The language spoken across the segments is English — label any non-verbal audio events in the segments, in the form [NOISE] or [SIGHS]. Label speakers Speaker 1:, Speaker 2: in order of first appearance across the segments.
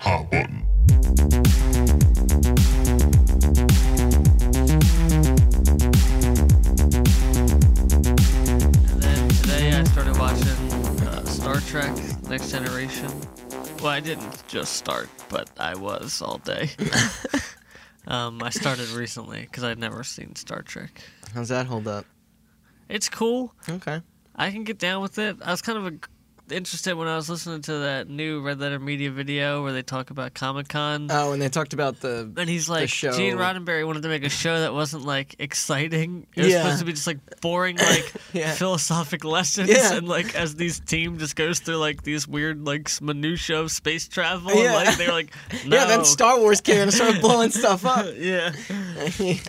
Speaker 1: stop button.
Speaker 2: And then today I started watching uh, Star Trek Next Generation. Well, I didn't just start, but I was all
Speaker 3: [LAUGHS]
Speaker 2: day. um, I started recently because I'd never seen Star Trek.
Speaker 3: How's that hold up?
Speaker 2: It's cool.
Speaker 3: Okay.
Speaker 2: I can get down with it. I was kind of a- interested when I was listening to that new Red Letter Media video where they talk about Comic Con.
Speaker 3: Oh, and they talked about [LAUGHS] the.
Speaker 2: and he's like,
Speaker 3: show-
Speaker 2: Gene Roddenberry wanted to make a show that wasn't like exciting. It was
Speaker 3: Yeah.
Speaker 2: supposed to be just like boring, like
Speaker 3: [LAUGHS] Yeah.
Speaker 2: philosophic [LAUGHS] lessons,
Speaker 3: Yeah.
Speaker 2: and like as these team just goes through like these weird like s- minutia of space travel.
Speaker 3: Yeah.
Speaker 2: And, like they're like, no.
Speaker 3: [LAUGHS] Yeah, then Star Wars came and started blowing stuff [LAUGHS] up.
Speaker 2: [LAUGHS] yeah.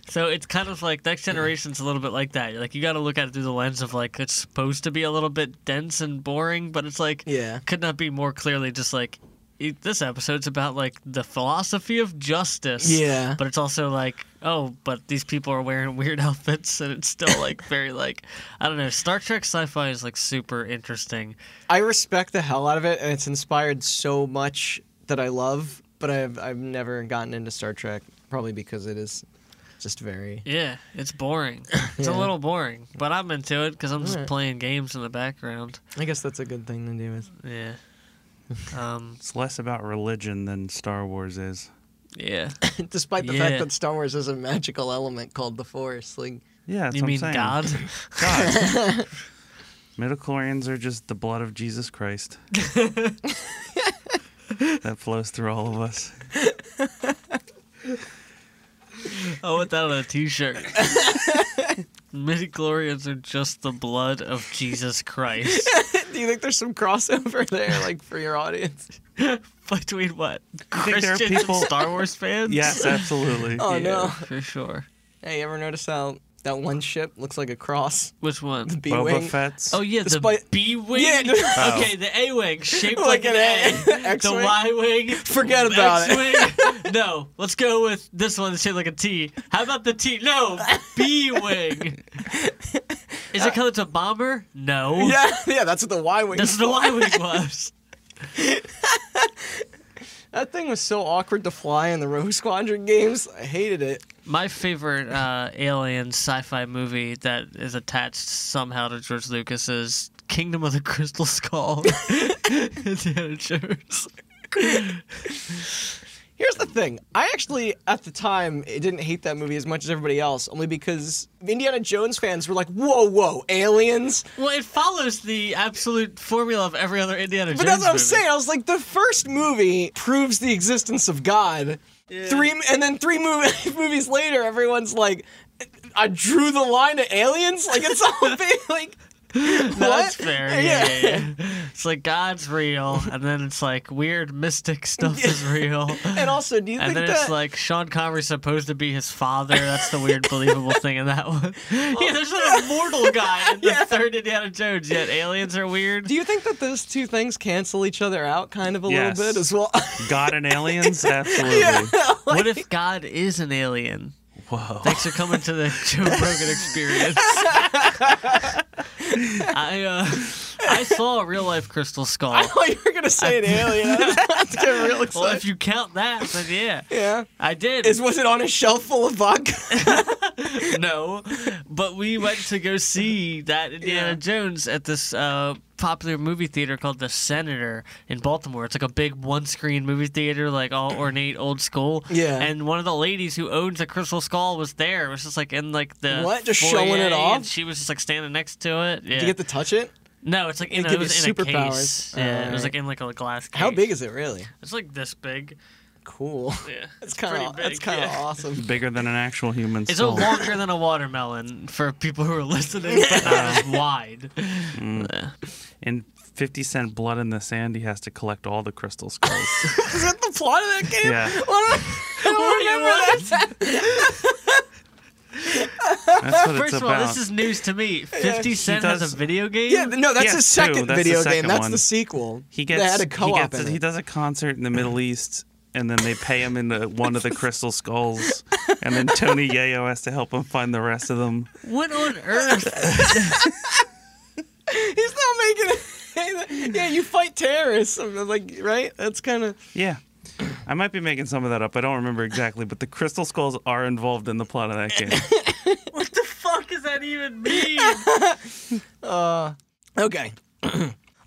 Speaker 2: So it's kind of like Next Generation's a little bit like that. Like you got to look at it through the lens of like it's supposed to be a little bit dense and boring, but it's like
Speaker 3: yeah.
Speaker 2: could not be more clearly just like it- this episode's about like the philosophy of justice.
Speaker 3: Yeah.
Speaker 2: But it's also like, oh, but these people are wearing [LAUGHS] weird outfits and it's still like very like I don't know, Star Trek sci-fi is like super interesting.
Speaker 3: I respect the hell out of it, and it's inspired so much that I love, but I've, I've never gotten into Star Trek, probably because it is just very.
Speaker 2: Yeah, it's boring. It's
Speaker 3: Yeah.
Speaker 2: a little boring, but I'm into it cuz I'm just
Speaker 3: Alright.
Speaker 2: playing games in the background.
Speaker 3: I guess that's a good thing to do. Is
Speaker 2: Yeah. Um
Speaker 4: It's less about religion than Star Wars is.
Speaker 2: yeah.
Speaker 3: [LAUGHS] Despite the fact
Speaker 2: Yeah.
Speaker 3: that Star Wars is a magical element called the Force. Like,
Speaker 4: Yeah, that's
Speaker 2: you
Speaker 4: what
Speaker 2: mean
Speaker 4: I'm saying.
Speaker 2: God?
Speaker 4: God.
Speaker 2: [LAUGHS]
Speaker 4: Midichlorians are just the blood of
Speaker 2: [LAUGHS]
Speaker 4: Jesus Christ. that flows through all of
Speaker 2: [LAUGHS]
Speaker 4: us.
Speaker 2: I want that on Oh, a t-shirt. Midichlorians are just the blood of Jesus Christ.
Speaker 3: [LAUGHS] do you think there's some crossover [LAUGHS] there, like for your audience? [LAUGHS]
Speaker 2: Between what?
Speaker 4: think there are
Speaker 2: Christians
Speaker 4: people-
Speaker 2: and Star Wars fans?
Speaker 4: [LAUGHS] Yes, absolutely.
Speaker 2: [LAUGHS]
Speaker 3: Oh
Speaker 2: Yeah,
Speaker 3: no!
Speaker 2: For sure.
Speaker 3: Hey, you ever notice how that one ship looks like a cross? [LAUGHS]
Speaker 2: Which
Speaker 3: The
Speaker 2: one?
Speaker 3: B
Speaker 4: Boba
Speaker 3: wing.
Speaker 4: Fett's.
Speaker 2: Oh yeah, the
Speaker 3: Despite-
Speaker 2: B wing.
Speaker 3: Yeah,
Speaker 2: [LAUGHS]
Speaker 3: [LAUGHS] no-
Speaker 4: Oh.
Speaker 2: Okay, the A wing shaped
Speaker 3: Like
Speaker 2: like,
Speaker 3: an
Speaker 2: an
Speaker 3: A. [LAUGHS]
Speaker 2: A. the
Speaker 3: X-wing?
Speaker 2: Y wing.
Speaker 3: Forget about it.
Speaker 2: X-wing. [LAUGHS] no, let's go with this one that's shaped like a T. How about the T? No, B
Speaker 3: [LAUGHS]
Speaker 2: wing. Is it colored to bomber? No.
Speaker 3: Yeah, yeah, that's what the Y wing.
Speaker 2: That's what the Y wing was.
Speaker 3: [LAUGHS] That thing was so awkward to fly in the Rogue Squadron games. I hated it.
Speaker 2: My favorite uh, alien sci-fi movie that is attached somehow to George Lucas is Kingdom of the Crystal
Speaker 3: [LAUGHS]
Speaker 2: Skull. Indiana Jones.
Speaker 3: Here's the thing. I actually, at the time, eh, didn't hate that movie as much as everybody else, only because Indiana Jones fans were like, whoa, whoa, aliens?
Speaker 2: Well, it follows the absolute formula of every other Indiana Jones
Speaker 3: But that's what I'm
Speaker 2: movie.
Speaker 3: saying. I was like, the first movie proves the existence of God. Three, and then three mov- [LAUGHS] movies later, everyone's like, I drew the line to aliens? Like, it's all [LAUGHS] big, like,
Speaker 2: No, [LAUGHS]
Speaker 3: what?
Speaker 2: That's fair. Yeah, yeah, yeah. It's like God's real, and then it's like weird mystic stuff
Speaker 3: [LAUGHS]
Speaker 2: is real.
Speaker 3: And also, do you
Speaker 2: And
Speaker 3: think
Speaker 2: then
Speaker 3: that...
Speaker 2: it's like Sean Connery's supposed to be his father. That's the weird believable thing in that one. [LAUGHS] Yeah, there's
Speaker 3: [LAUGHS]
Speaker 2: an immortal guy in the
Speaker 3: Yeah.
Speaker 2: third Indiana Jones, yet aliens are weird.
Speaker 3: do you think that those two things cancel each other out kind of a
Speaker 4: Yes.
Speaker 3: little bit as well? [LAUGHS]
Speaker 4: God and
Speaker 2: [LAUGHS]
Speaker 4: aliens? Absolutely.
Speaker 2: What if God is an alien?
Speaker 4: Whoa.
Speaker 2: Thanks for coming to the [LAUGHS] Joe Rogan
Speaker 3: [LAUGHS]
Speaker 2: experience. I uh, I saw a real life crystal skull.
Speaker 3: I thought you were gonna say an alien. That's getting real excited.
Speaker 2: Well, if you count that, then yeah,
Speaker 3: yeah.
Speaker 2: I did.
Speaker 3: Is was it on a shelf full of vodka?
Speaker 2: [LAUGHS]
Speaker 3: [LAUGHS]
Speaker 2: no, but we went to go see that Indiana
Speaker 3: Yeah.
Speaker 2: Jones at this uh, popular movie theater called the Senator in Baltimore. It's like a big one-screen movie theater, like
Speaker 3: [CLEARS THROAT]
Speaker 2: all ornate, old school.
Speaker 3: Yeah.
Speaker 2: And one of the ladies who owns the Crystal Skull was there. It was just like in like the
Speaker 3: What? Just showing it
Speaker 2: foyer,
Speaker 3: off?
Speaker 2: and She was just like standing next to it. Yeah.
Speaker 3: Did you get to touch it?
Speaker 2: no, it's like in a, it
Speaker 3: It give you
Speaker 2: was in a case.
Speaker 3: superpowers.
Speaker 2: Yeah, it
Speaker 3: Alright.
Speaker 2: was like in like a glass case.
Speaker 3: How big is it really?
Speaker 2: It's like this big.
Speaker 3: Cool.
Speaker 2: Yeah.
Speaker 3: That's kind of
Speaker 2: pretty
Speaker 3: that's
Speaker 2: big,
Speaker 3: kind of
Speaker 2: yeah.
Speaker 3: awesome. [LAUGHS]
Speaker 4: Bigger than an actual human
Speaker 2: It's a
Speaker 4: soul.
Speaker 2: longer than a watermelon for people who are listening, but not as wide. Yeah.
Speaker 4: and 50 Cent Blood in the Sand, he has to collect all the crystal
Speaker 2: [LAUGHS]
Speaker 4: skulls.
Speaker 3: Is that the plot of that game? [LAUGHS]
Speaker 4: yeah.
Speaker 3: What? I don't remember that.
Speaker 4: That's what
Speaker 2: First
Speaker 4: it's
Speaker 2: of
Speaker 4: about.
Speaker 2: all, this is news to me. Fifty Cent
Speaker 4: does-
Speaker 2: has a video game.
Speaker 3: Yeah, no, that's
Speaker 4: Yes,
Speaker 3: the second
Speaker 4: two. That's the
Speaker 3: video game.
Speaker 4: second
Speaker 3: That's
Speaker 4: one.
Speaker 3: the sequel.
Speaker 4: He gets.
Speaker 3: They had a co-op
Speaker 4: he, gets-
Speaker 3: in
Speaker 4: he
Speaker 3: it.
Speaker 4: does a concert in the Middle East, and then they pay him in the, one of the crystal skulls, and then Tony Yayo has to help him find the rest of them.
Speaker 2: What [LAUGHS] on earth?
Speaker 3: [LAUGHS] He's not making. it. yeah, you fight terrorists. I'm like, right? That's kind of.
Speaker 4: Yeah, I might be making some of that up. I don't remember exactly, but the crystal skulls are involved in the plot of
Speaker 3: [LAUGHS]
Speaker 4: that game.
Speaker 2: What the fuck does that even mean?
Speaker 3: Okay. [CLEARS THROAT]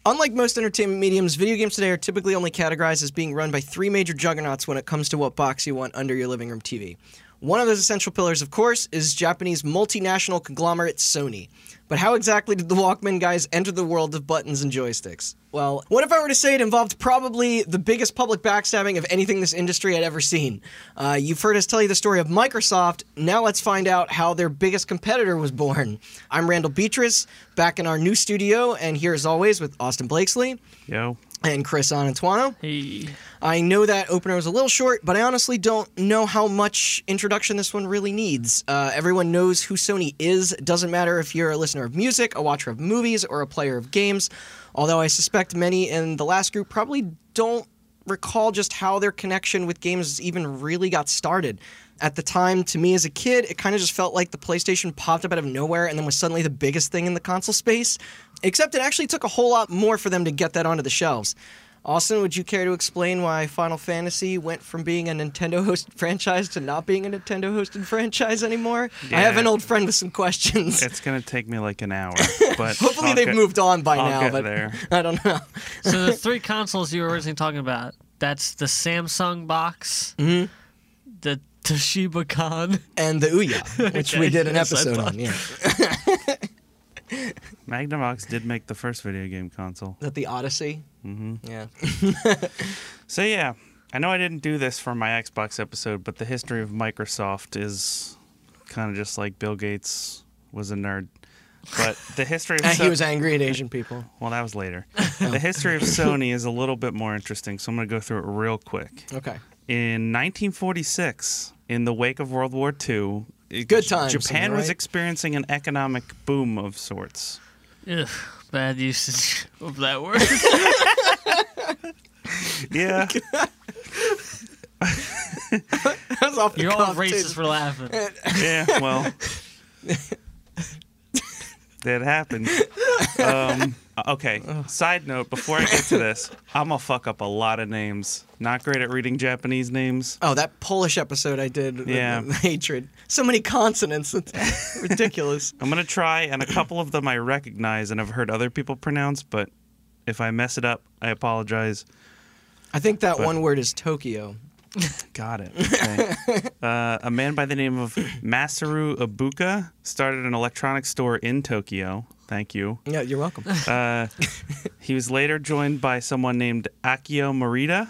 Speaker 3: Unlike most entertainment mediums, video games today are typically only categorized as being run by three major juggernauts when it comes to what box you want under your living room TV. One of those essential pillars, of course, is Japanese multinational conglomerate Sony. But how exactly did the Walkman guys enter the world of buttons and joysticks? Well, what if I were to say it involved probably the biggest public backstabbing of anything this industry had ever seen? Uh, you've heard us tell you the story of Microsoft. Now let's find out how their biggest competitor was born. I'm Randall Beatrice, back in our new studio, and here as always with Austin Blakesley
Speaker 4: Yo,
Speaker 3: and Chris Anantuano.
Speaker 2: [LAUGHS] Hey,
Speaker 3: I know that opener was a little short, but I honestly don't know how much introduction this one really needs. Uh, everyone knows who Sony is. It doesn't matter if you're a listener of music, a watcher of movies, or a player of games, although I suspect many in the last group probably don't recall just how their connection with games even really got started. At the time, to me as a kid, it kind of just felt like the PlayStation popped up out of nowhere and then was suddenly the biggest thing in the console space. Except it actually took a whole lot more for them to get that onto the shelves. Austin, would you care to explain why Final Fantasy went from being a Nintendo [LAUGHS] hosted franchise to not being a Nintendo hosted franchise anymore? I have
Speaker 4: Yeah.
Speaker 3: an old friend with some questions.
Speaker 4: it's gonna take me like an hour, but
Speaker 3: [LAUGHS] Hopefully,
Speaker 4: I'll
Speaker 3: they've
Speaker 4: get-
Speaker 3: moved on by
Speaker 4: I'll
Speaker 3: now,
Speaker 4: get
Speaker 3: but
Speaker 4: there.
Speaker 3: [LAUGHS] I don't know.
Speaker 2: so the three consoles you were originally talking about, that's the Samsung box, the Toshiba Con.
Speaker 3: And the [LAUGHS] Ouya, which we
Speaker 2: Okay,
Speaker 3: did an
Speaker 2: yes, I
Speaker 3: episode
Speaker 2: thought-
Speaker 3: on. [LAUGHS] Yeah. Is
Speaker 4: Magnavox did make the first video game console.
Speaker 3: that the Odyssey? Mm-hmm. [LAUGHS] Yeah.
Speaker 4: So yeah, I know I didn't do this for my Xbox episode, but the history of Microsoft is kind of just like Bill Gates was a nerd. But the history
Speaker 3: [LAUGHS]
Speaker 4: of
Speaker 3: And
Speaker 4: So-
Speaker 3: he was Oh. angry at Asian people.
Speaker 4: well, that
Speaker 3: [LAUGHS]
Speaker 4: was later. the history of Sony is a little bit more interesting, so I'm going to go through it real quick.
Speaker 3: Okay.
Speaker 4: In 1946, in the wake of World War II, it-
Speaker 3: Good times,
Speaker 4: Japan
Speaker 3: am I
Speaker 4: was
Speaker 3: right?
Speaker 4: experiencing an economic boom of
Speaker 3: [LAUGHS]
Speaker 4: sorts.
Speaker 2: Ugh, bad usage of that word.
Speaker 4: Yeah.
Speaker 3: [LAUGHS] That was off
Speaker 2: [LAUGHS]
Speaker 3: the
Speaker 2: You're all
Speaker 3: cuff,
Speaker 2: racist
Speaker 3: too.
Speaker 2: for laughing.
Speaker 4: Yeah, well, that happened. Um, okay. Side note: Before I get to this, I'm gonna fuck up a lot of names. Not great at reading Japanese names.
Speaker 3: Oh, that Polish episode I did. with
Speaker 4: Yeah.
Speaker 3: the [LAUGHS] hatred. So many [LAUGHS] consonants. It's ridiculous.
Speaker 4: I'm gonna try, and a couple of them I recognize and I've heard other people pronounce, but if I mess it up, I apologize.
Speaker 3: I think that
Speaker 4: But-
Speaker 3: one word is Tokyo.
Speaker 4: Got it. Okay. uh, a man by the name of Masaru Ibuka started an electronics store in Tokyo. Thank you.
Speaker 3: Yeah, you're welcome.
Speaker 4: Uh, he was later joined by someone named Akio Morita,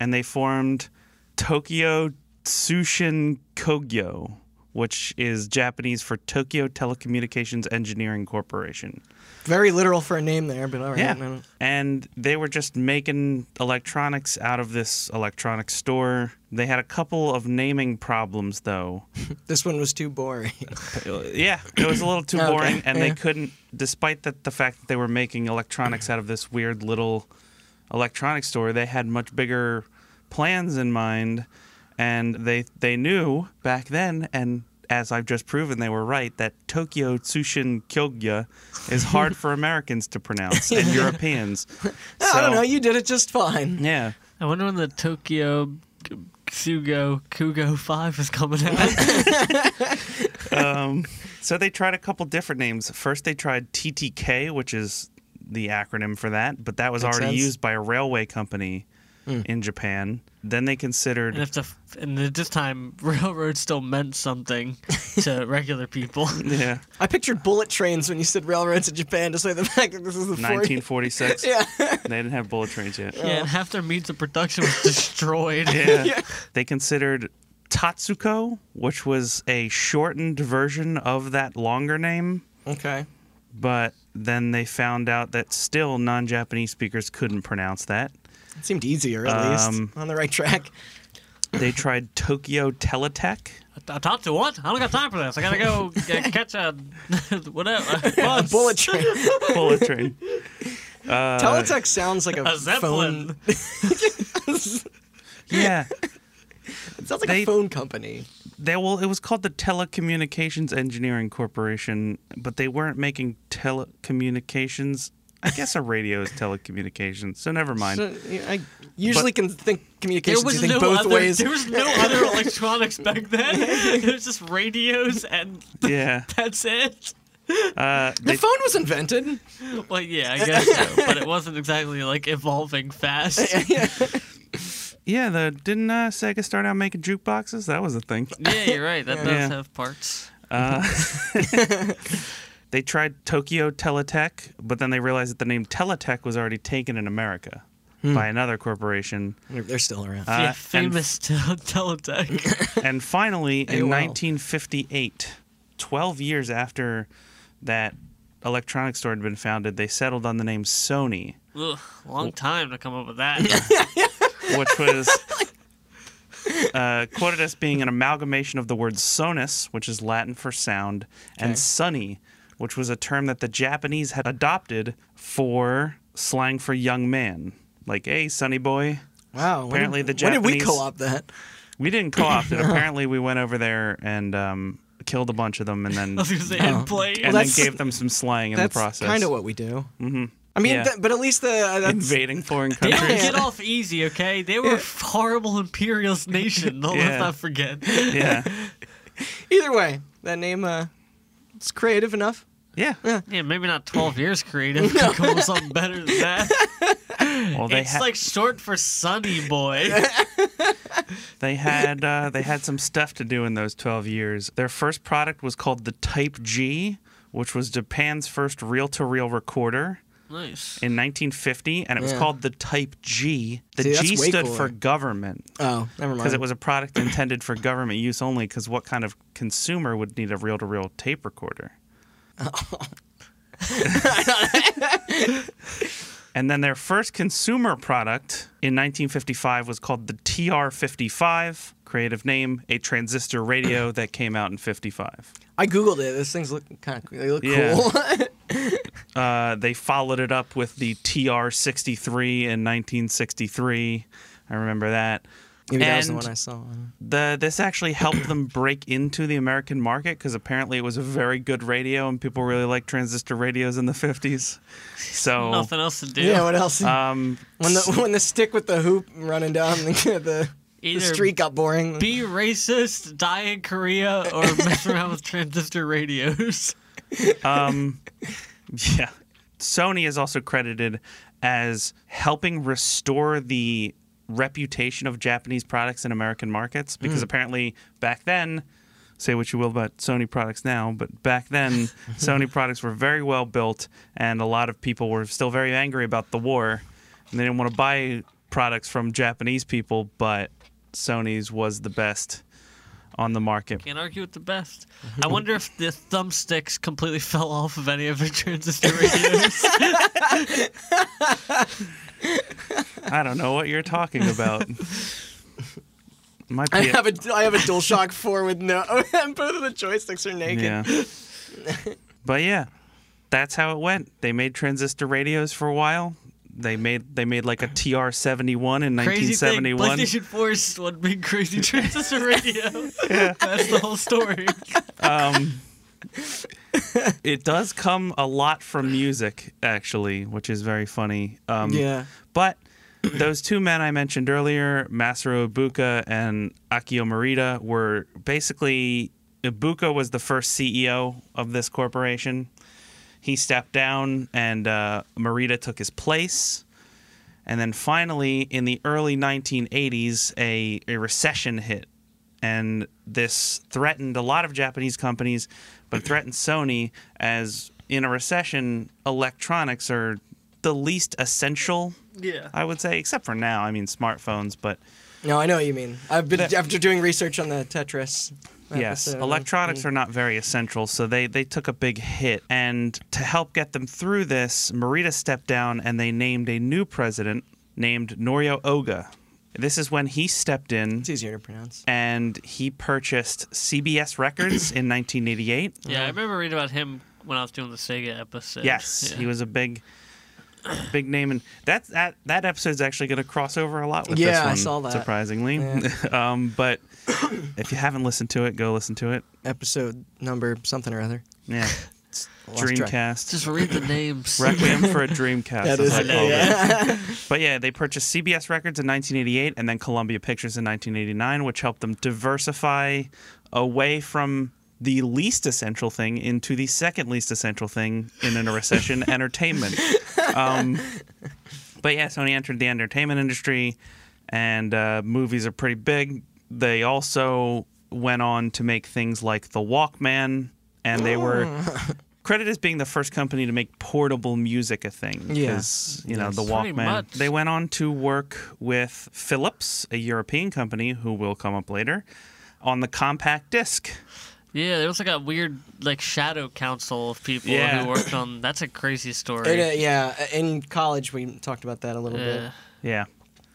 Speaker 4: and they formed Tokyo Tsushin Kogyo, which is Japanese for Tokyo Telecommunications Engineering Corporation.
Speaker 3: Very literal for a name there, but all right. no, no.
Speaker 4: And they were just making electronics out of this electronics store. They had a couple of naming problems, though.
Speaker 3: This one was too
Speaker 4: [LAUGHS]
Speaker 3: boring.
Speaker 4: Yeah, it was a little too
Speaker 3: Okay,
Speaker 4: boring, and they
Speaker 3: yeah.
Speaker 4: couldn't, despite that, the fact that they were making electronics out of this weird little electronics store, they had much bigger plans in mind, and they they knew back then, and as I've just proven, they were right that Tokyo Tsushin Kyogya
Speaker 3: [LAUGHS]
Speaker 4: is hard for Americans to pronounce and Europeans.
Speaker 3: I don't
Speaker 4: So-
Speaker 3: know. You did it just fine.
Speaker 4: yeah.
Speaker 2: I wonder when the Tokyo K- Sugo Kugo 5 is coming [LAUGHS] out.
Speaker 4: Um, so they tried a couple different names. First, they tried TTK, which is the acronym for that, but that was
Speaker 3: Makes
Speaker 4: already
Speaker 3: sense.
Speaker 4: used by a railway company in Japan. Then they considered.
Speaker 2: and if the and at this time [LAUGHS] railroad still meant something to regular people.
Speaker 4: [LAUGHS] yeah,
Speaker 3: I pictured bullet trains when you said railroads in Japan to say the [LAUGHS] fact that this is the 40s. [LAUGHS]
Speaker 4: 1946.
Speaker 3: Yeah.
Speaker 4: They didn't have bullet trains yet.
Speaker 2: Yeah, and half their means of production was destroyed.
Speaker 4: [LAUGHS] Yeah.
Speaker 3: Yeah.
Speaker 4: They considered Tatsuko, which was a shortened version of that longer name,
Speaker 3: Okay.
Speaker 4: but then they found out that still non Japanese speakers couldn't pronounce that.
Speaker 3: It seemed easier, at least.
Speaker 4: Um,
Speaker 3: On the right track.
Speaker 4: They tried Tokyo Teletech.
Speaker 2: I talked to what? I don't got time for this. I gotta go get, catch a [LAUGHS] whatever.
Speaker 3: A
Speaker 2: bus.
Speaker 3: bullet
Speaker 4: [LAUGHS]
Speaker 3: train.
Speaker 4: Bullet train. Uh,
Speaker 3: Teletext sounds like [LAUGHS] a,
Speaker 2: A
Speaker 3: phone.
Speaker 2: Zeppelin.
Speaker 4: Yeah.
Speaker 3: It sounds like a
Speaker 4: They-
Speaker 3: phone company.
Speaker 4: They well, it was called the Telecommunications Engineering Corporation, but they weren't making telecommunications I guess a radio is telecommunications, so never mind.
Speaker 3: So, yeah, I usually can think communications. you think
Speaker 2: no
Speaker 3: both
Speaker 2: other,
Speaker 3: [LAUGHS] ways.
Speaker 2: There was no other electronics back then. There's just radios, and
Speaker 4: yeah.
Speaker 2: that's it.
Speaker 4: Uh,
Speaker 3: the
Speaker 4: they,
Speaker 3: phone was invented.
Speaker 2: Well, yeah, I guess so, but it wasn't exactly like evolving fast.
Speaker 4: yeah, the, didn't uh, Sega start out making jukeboxes? That was a thing.
Speaker 2: Yeah, you're right. That
Speaker 4: Yeah.
Speaker 2: does have parts.
Speaker 4: Uh, they tried Tokyo Teletech, but then they realized that the name Teletech was already taken in America by another corporation.
Speaker 3: They're still around.
Speaker 4: Uh,
Speaker 2: yeah,
Speaker 4: and-
Speaker 2: famous [LAUGHS] tel- Teletech.
Speaker 4: and
Speaker 2: [LAUGHS]
Speaker 4: finally, in
Speaker 3: AOL.
Speaker 4: 1958, 12 years after that electronics store had been founded, they settled on the name Sony,
Speaker 2: Ugh, long time to come up with
Speaker 4: [LAUGHS]
Speaker 2: that. [LAUGHS]
Speaker 4: which was uh, quoted as being an amalgamation of the words sonus, which is Latin for sound,
Speaker 3: Okay.
Speaker 4: and sunny, which was a term that the Japanese had adopted for slang for young man. Like, hey, sunny boy.
Speaker 3: wow. when
Speaker 4: apparently
Speaker 3: did-
Speaker 4: the
Speaker 3: When did we
Speaker 4: Japanese-
Speaker 3: co-op that?
Speaker 4: We didn't
Speaker 2: [LAUGHS]
Speaker 4: co opt it. Apparently, we went over there and um, killed a bunch of them and then.
Speaker 2: [LAUGHS] I was gonna say, and play.
Speaker 4: and
Speaker 3: that's-
Speaker 4: then gave them some slang in the
Speaker 3: That's
Speaker 4: process.
Speaker 3: kind of what we do. Mm-hmm. I mean,
Speaker 4: Yeah.
Speaker 3: th- but at least the uh, that's,
Speaker 4: [LAUGHS] invading foreign
Speaker 2: They
Speaker 3: [LAUGHS]
Speaker 2: don't
Speaker 4: countries.
Speaker 2: get off easy, okay? They were a horrible imperialist nation. No,
Speaker 4: [LAUGHS] Yeah.
Speaker 2: Let's not forget.
Speaker 4: yeah,
Speaker 3: either way that name. Uh, it's creative enough.
Speaker 4: yeah.
Speaker 2: Yeah, maybe not
Speaker 4: [LAUGHS]
Speaker 2: 12 years creative. Could come up with something better than that.
Speaker 4: Well, they
Speaker 2: It's
Speaker 4: had
Speaker 2: like short for Sunny
Speaker 4: [LAUGHS]
Speaker 2: Boy.
Speaker 4: they had uh, they had some stuff to do in those twelve years. Their first product was called the Type G, which was Japan's first reel-to-reel recorder.
Speaker 2: Nice.
Speaker 4: In 1950, and it was
Speaker 3: Yeah.
Speaker 4: called the Type G. The
Speaker 3: See, that's
Speaker 4: G
Speaker 3: way
Speaker 4: stood
Speaker 3: cooler.
Speaker 4: for government
Speaker 3: Oh, never mind.
Speaker 4: because it was a product intended for government use only. Because what kind of consumer would need a reel-to-reel tape recorder? And then their first consumer product in 1955 was called the TR55, creative name, a transistor radio that came out in 55.
Speaker 3: I googled it. Those things look kind of they look
Speaker 4: Yeah.
Speaker 3: cool. [LAUGHS]
Speaker 4: Uh, they followed it up with the TR63 in 1963. I remember that.
Speaker 3: Maybe that was the
Speaker 4: And-
Speaker 3: one I saw.
Speaker 4: The this actually helped them break into the American market because apparently it was a very good radio and people really liked transistor radios in the 50s. So
Speaker 2: Nothing else to do.
Speaker 3: Yeah. What else?
Speaker 4: um,
Speaker 3: when the when the stick with the hoop running down the [LAUGHS] the, the
Speaker 2: Either
Speaker 3: street got boring.
Speaker 2: be racist, die in Korea,
Speaker 4: [LAUGHS]
Speaker 2: or mess around with transistor radios.
Speaker 4: Um, yeah. Sony is also credited as helping restore the reputation of Japanese products in American markets because apparently back then, say what you will about Sony products now, but back then, Sony products were very well built and a lot of people were still very angry about the war and they didn't want to buy products from Japanese people, but Sony's was the best on the market.
Speaker 2: Can't argue with the best. I wonder if the thumbsticks completely fell off of any of the transistor
Speaker 4: [LAUGHS]
Speaker 2: radios.
Speaker 4: I don't know what you're talking
Speaker 2: [LAUGHS]
Speaker 4: about. My
Speaker 3: I
Speaker 4: P-
Speaker 3: have a I have a DualShock Four with no [LAUGHS] and both of the joysticks are naked.
Speaker 4: yeah. [LAUGHS] but yeah, that's how it went. They made transistor radios for a while. They made they made like a TR-71 in
Speaker 2: crazy thing.
Speaker 4: 1971.
Speaker 2: PlayStation 4 is just one big crazy
Speaker 4: [LAUGHS]
Speaker 2: transistor radio. That's the whole story.
Speaker 4: um, it does come a lot from music, actually, which is very funny. Um,
Speaker 3: Yeah.
Speaker 4: But those two men I mentioned earlier, Masaru Ibuka and Akio Morita, were basically Ibuka was the first CEO of this corporation. He stepped down, and uh, Morita took his place. And then finally, in the early 1980s, a, a recession hit. And this threatened a lot of Japanese companies, but threatened Sony as in a recession, electronics are the least essential,
Speaker 2: Yeah.
Speaker 4: I would say, except for now. I mean, smartphones, but
Speaker 3: No, I know what you mean. I've been after doing research on the Tetris.
Speaker 4: yes,
Speaker 3: episode.
Speaker 4: electronics are not very essential, so they, they took a big hit. And to help get them through this, Morita stepped down and they named a new president named Norio Oga. This is when he stepped in
Speaker 3: It's easier to pronounce.
Speaker 4: and he purchased CBS
Speaker 3: [CLEARS THROAT]
Speaker 4: Records in 1988.
Speaker 2: Yeah, I remember reading about him when I was doing the Sega episode.
Speaker 4: Yes,
Speaker 2: Yeah.
Speaker 4: he was a big, big name, and that's that that episode's actually going to cross over a lot with this
Speaker 3: Yeah, I
Speaker 4: one.
Speaker 3: saw that.
Speaker 4: Surprisingly, [LAUGHS] um, but if you haven't listened to it, go listen to it.
Speaker 3: [COUGHS] Episode number something or other.
Speaker 4: Yeah,
Speaker 3: lost track.
Speaker 4: Dreamcast.
Speaker 2: Just read the names.
Speaker 4: Requiem for a Dreamcast.
Speaker 3: That
Speaker 4: is
Speaker 3: is
Speaker 4: what I
Speaker 3: it,
Speaker 4: call
Speaker 3: [LAUGHS]
Speaker 4: it.
Speaker 3: yeah. uh,
Speaker 4: But yeah, they purchased CBS Records in 1988 and then Columbia Pictures in 1989, which helped them diversify away from the least essential thing into the second least essential thing in a recession entertainment. Um, but yeah, Sony entered the entertainment industry, and uh, movies are pretty big. They also went on to make things like the Walkman, and they were. Credit as being the first company to make portable music a thing.
Speaker 3: Yeah.
Speaker 4: 'cause, you know,
Speaker 3: Yes.
Speaker 4: the
Speaker 2: Pretty much.
Speaker 4: Walkman. They went on to work with Philips, a European company who will come up later, on the compact disc.
Speaker 2: Yeah, there was like a weird like shadow council of people
Speaker 4: Yeah.
Speaker 2: who worked on. That's a crazy story.
Speaker 3: It, uh, yeah, in college we talked about that a little
Speaker 2: Yeah.
Speaker 3: bit.
Speaker 4: Yeah.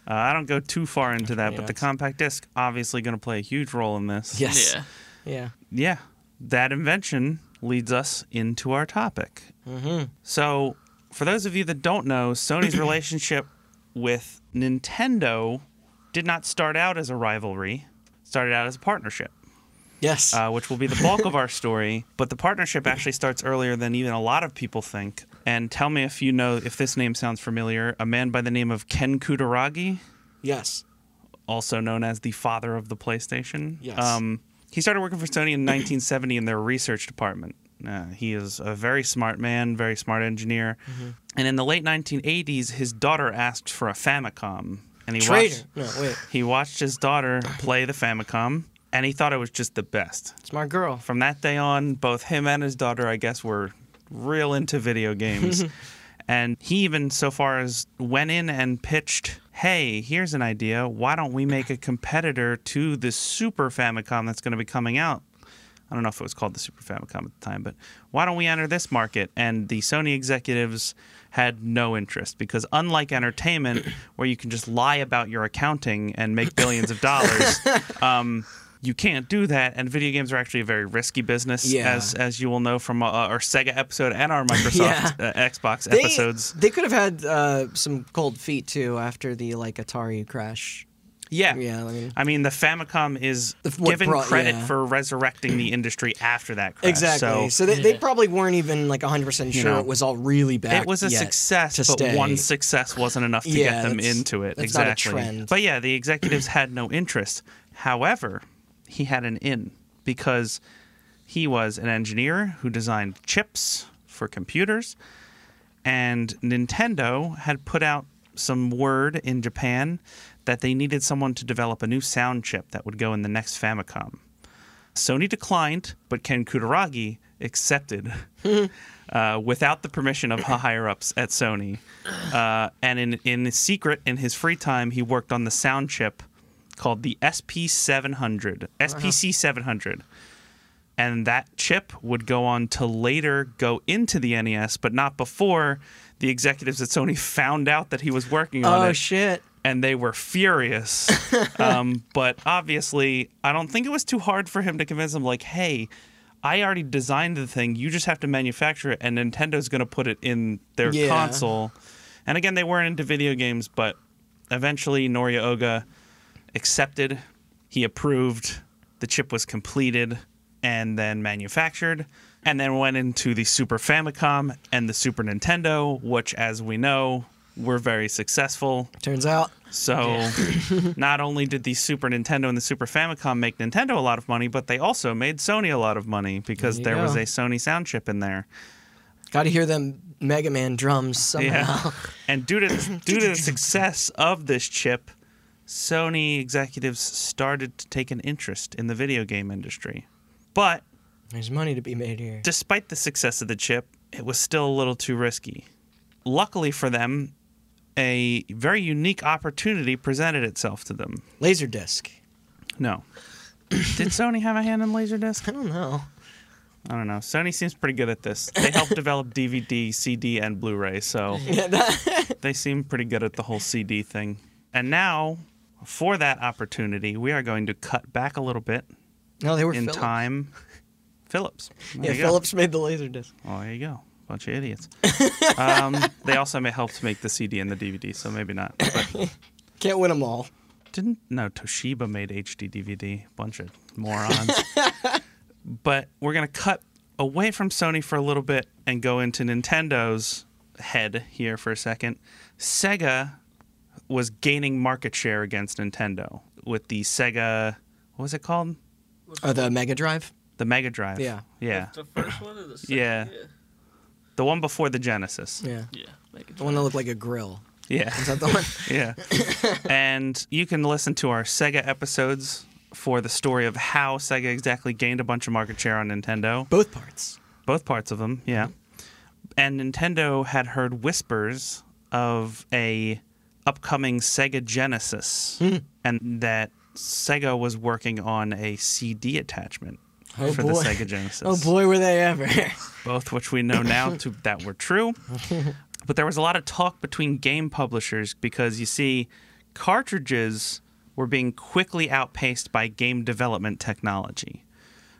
Speaker 4: Uh, I don't go too far into that,
Speaker 3: Yeah,
Speaker 4: but the
Speaker 3: it's-
Speaker 4: compact disc obviously going to play a huge role in this.
Speaker 3: Yes.
Speaker 2: Yeah.
Speaker 3: Yeah.
Speaker 4: Yeah. That invention leads us into our topic.
Speaker 3: Mm-hmm.
Speaker 4: So, for those of you that don't know,
Speaker 2: [CLEARS THROAT]
Speaker 4: Sony's relationship with Nintendo did not start out as a rivalry, it started out as a partnership.
Speaker 3: Yes.
Speaker 4: uh, which will be the bulk of our story. But the partnership actually starts earlier than even a lot of people think. And tell me if you know if this name sounds familiar. A man by the name of Ken Kutaragi,
Speaker 3: yes.
Speaker 4: also known as the father of the PlayStation. Um,
Speaker 3: Yes.
Speaker 4: he started working for Sony in 1970 in their research department. Uh, he is a very smart man, very smart engineer.
Speaker 3: Mm-hmm.
Speaker 4: And in the late 1980s, his daughter asked for a Famicom, and he
Speaker 3: Traitor.
Speaker 4: watched
Speaker 3: No, wait.
Speaker 4: he watched his daughter play the Famicom, and he thought it was just the best
Speaker 3: It's my girl.
Speaker 4: from that day on, both him and his daughter, I guess, were real into video games. and he even, so far as went in and pitched, hey, here's an idea. Why don't we make a competitor to the Super Famicom that's going to be coming out? I don't know if it was called the Super Famicom at the time, but why don't we enter this market? And the Sony executives had no interest because,
Speaker 3: [COUGHS]
Speaker 4: unlike entertainment, where you can just lie about your accounting and make billions of
Speaker 3: [LAUGHS]
Speaker 4: dollars, um, you can't do that. And video games are actually a very risky business,
Speaker 3: Yeah.
Speaker 4: as as you will know from uh, our Sega episode and
Speaker 3: [LAUGHS]
Speaker 4: our Microsoft uh, Xbox
Speaker 3: They,
Speaker 4: episodes.
Speaker 3: they could have had uh, some cold feet too after the like Atari crash.
Speaker 4: Yeah. Uh,
Speaker 3: Yeah, I mean,
Speaker 4: I mean, the Famicom is
Speaker 3: The- what
Speaker 4: given
Speaker 3: brought-
Speaker 4: credit
Speaker 3: yeah.
Speaker 4: for resurrecting the industry after that crash.
Speaker 3: exactly. So,
Speaker 4: So
Speaker 3: they, they
Speaker 2: Yeah.
Speaker 3: probably weren't even like 100 percent sure
Speaker 4: know,
Speaker 3: it was all really bad.
Speaker 4: It was a
Speaker 3: yet
Speaker 4: success,
Speaker 3: to
Speaker 4: but
Speaker 3: stay.
Speaker 4: one success wasn't enough to
Speaker 3: Yeah,
Speaker 4: get them
Speaker 3: that's-
Speaker 4: into it.
Speaker 3: that's not a
Speaker 4: exactly.
Speaker 3: trend.
Speaker 4: But yeah, the executives had no interest. However, he had an in because he was an engineer who designed chips for computers, and Nintendo had put out some word in Japan that they needed someone to develop a new sound chip that would go in the next Famicom. Sony declined, but Ken Kutaragi accepted uh, without the permission of higher ups at Sony. Uh, and in, in secret, in his free time, he worked on the sound chip called the SP700, SPC 700. And that chip would go on to later go into the NES, but not before the executives at Sony [LAUGHS] found out that he was working on
Speaker 3: Oh
Speaker 4: it
Speaker 3: shit.
Speaker 4: and they were furious. um, but obviously, I don't think it was too hard for him to convince them, like, hey, I already designed the thing. You just have to manufacture it, and Nintendo's going to put it in their
Speaker 3: Yeah.
Speaker 4: console. And again, they weren't into video games, but eventually Noria Oga accepted, he approved, the chip was completed, and then manufactured. And then went into the Super Famicom and the Super Nintendo, which, as we know, were very successful.
Speaker 3: Turns out.
Speaker 4: So
Speaker 3: [LAUGHS]
Speaker 4: not only did the Super Nintendo and the Super Famicom make Nintendo a lot of money, but they also made Sony a lot of money because
Speaker 3: There you
Speaker 4: there was
Speaker 3: go.
Speaker 4: a Sony sound chip in there.
Speaker 3: Got to hear them Mega Man drums somehow.
Speaker 4: Yeah. and due to due to the success of this chip, Sony executives started to take an interest in the video game industry. But
Speaker 3: [LAUGHS] There's money to be made here.
Speaker 4: despite the success of the chip, it was still a little too risky. Luckily for them, a very unique opportunity presented itself to them.
Speaker 3: Laserdisc.
Speaker 4: No. Did Sony have a hand in Laserdisc?
Speaker 3: I don't know. [LAUGHS]
Speaker 4: I don't know. Sony seems pretty good at this. They helped develop DVD, CD, and Blu ray, so
Speaker 3: Yeah, that-
Speaker 4: they seem pretty good at the whole CD thing. And now, for that opportunity, we are going to cut back a little bit
Speaker 3: no, they were
Speaker 4: in
Speaker 3: Philips.
Speaker 4: time. Phillips. There
Speaker 3: Yeah,
Speaker 4: you go.
Speaker 3: Phillips made the Laserdisc.
Speaker 4: Oh, there you go. Bunch of idiots. um, they also may helped make the CD and the DVD, so maybe not. But
Speaker 3: Can't win them all.
Speaker 4: didn't
Speaker 3: [LAUGHS]
Speaker 4: no Toshiba made HD DVD. Bunch of morons. but we're gonna cut away from Sony for a little bit and go into Nintendo's head here for a second. Sega was gaining market share against Nintendo with the Sega, what was it called?
Speaker 3: Uh, the Mega Drive.
Speaker 4: The Mega Drive.
Speaker 3: Yeah.
Speaker 4: Yeah.
Speaker 2: The first one or the second?
Speaker 4: Yeah. The one before the Genesis.
Speaker 3: Yeah.
Speaker 2: Yeah. Make it
Speaker 3: The one that looked like a grill.
Speaker 4: Yeah. [LAUGHS]
Speaker 3: Is [LAUGHS] that the one?
Speaker 4: yeah. and you can listen to our Sega episodes for the story of how Sega exactly gained a bunch of market share on Nintendo.
Speaker 3: Both parts.
Speaker 4: Both parts of them, yeah. And Nintendo had heard whispers of a upcoming Sega Genesis
Speaker 3: Hmm.
Speaker 4: and that Sega was working on a CD attachment
Speaker 3: [LAUGHS] Oh,
Speaker 4: for
Speaker 3: boy.
Speaker 4: the Sega Genesis
Speaker 3: Oh boy, were they ever!
Speaker 4: both which we know now to, that were true. But there was a lot of talk between game publishers because you see, cartridges were being quickly outpaced by game development technology.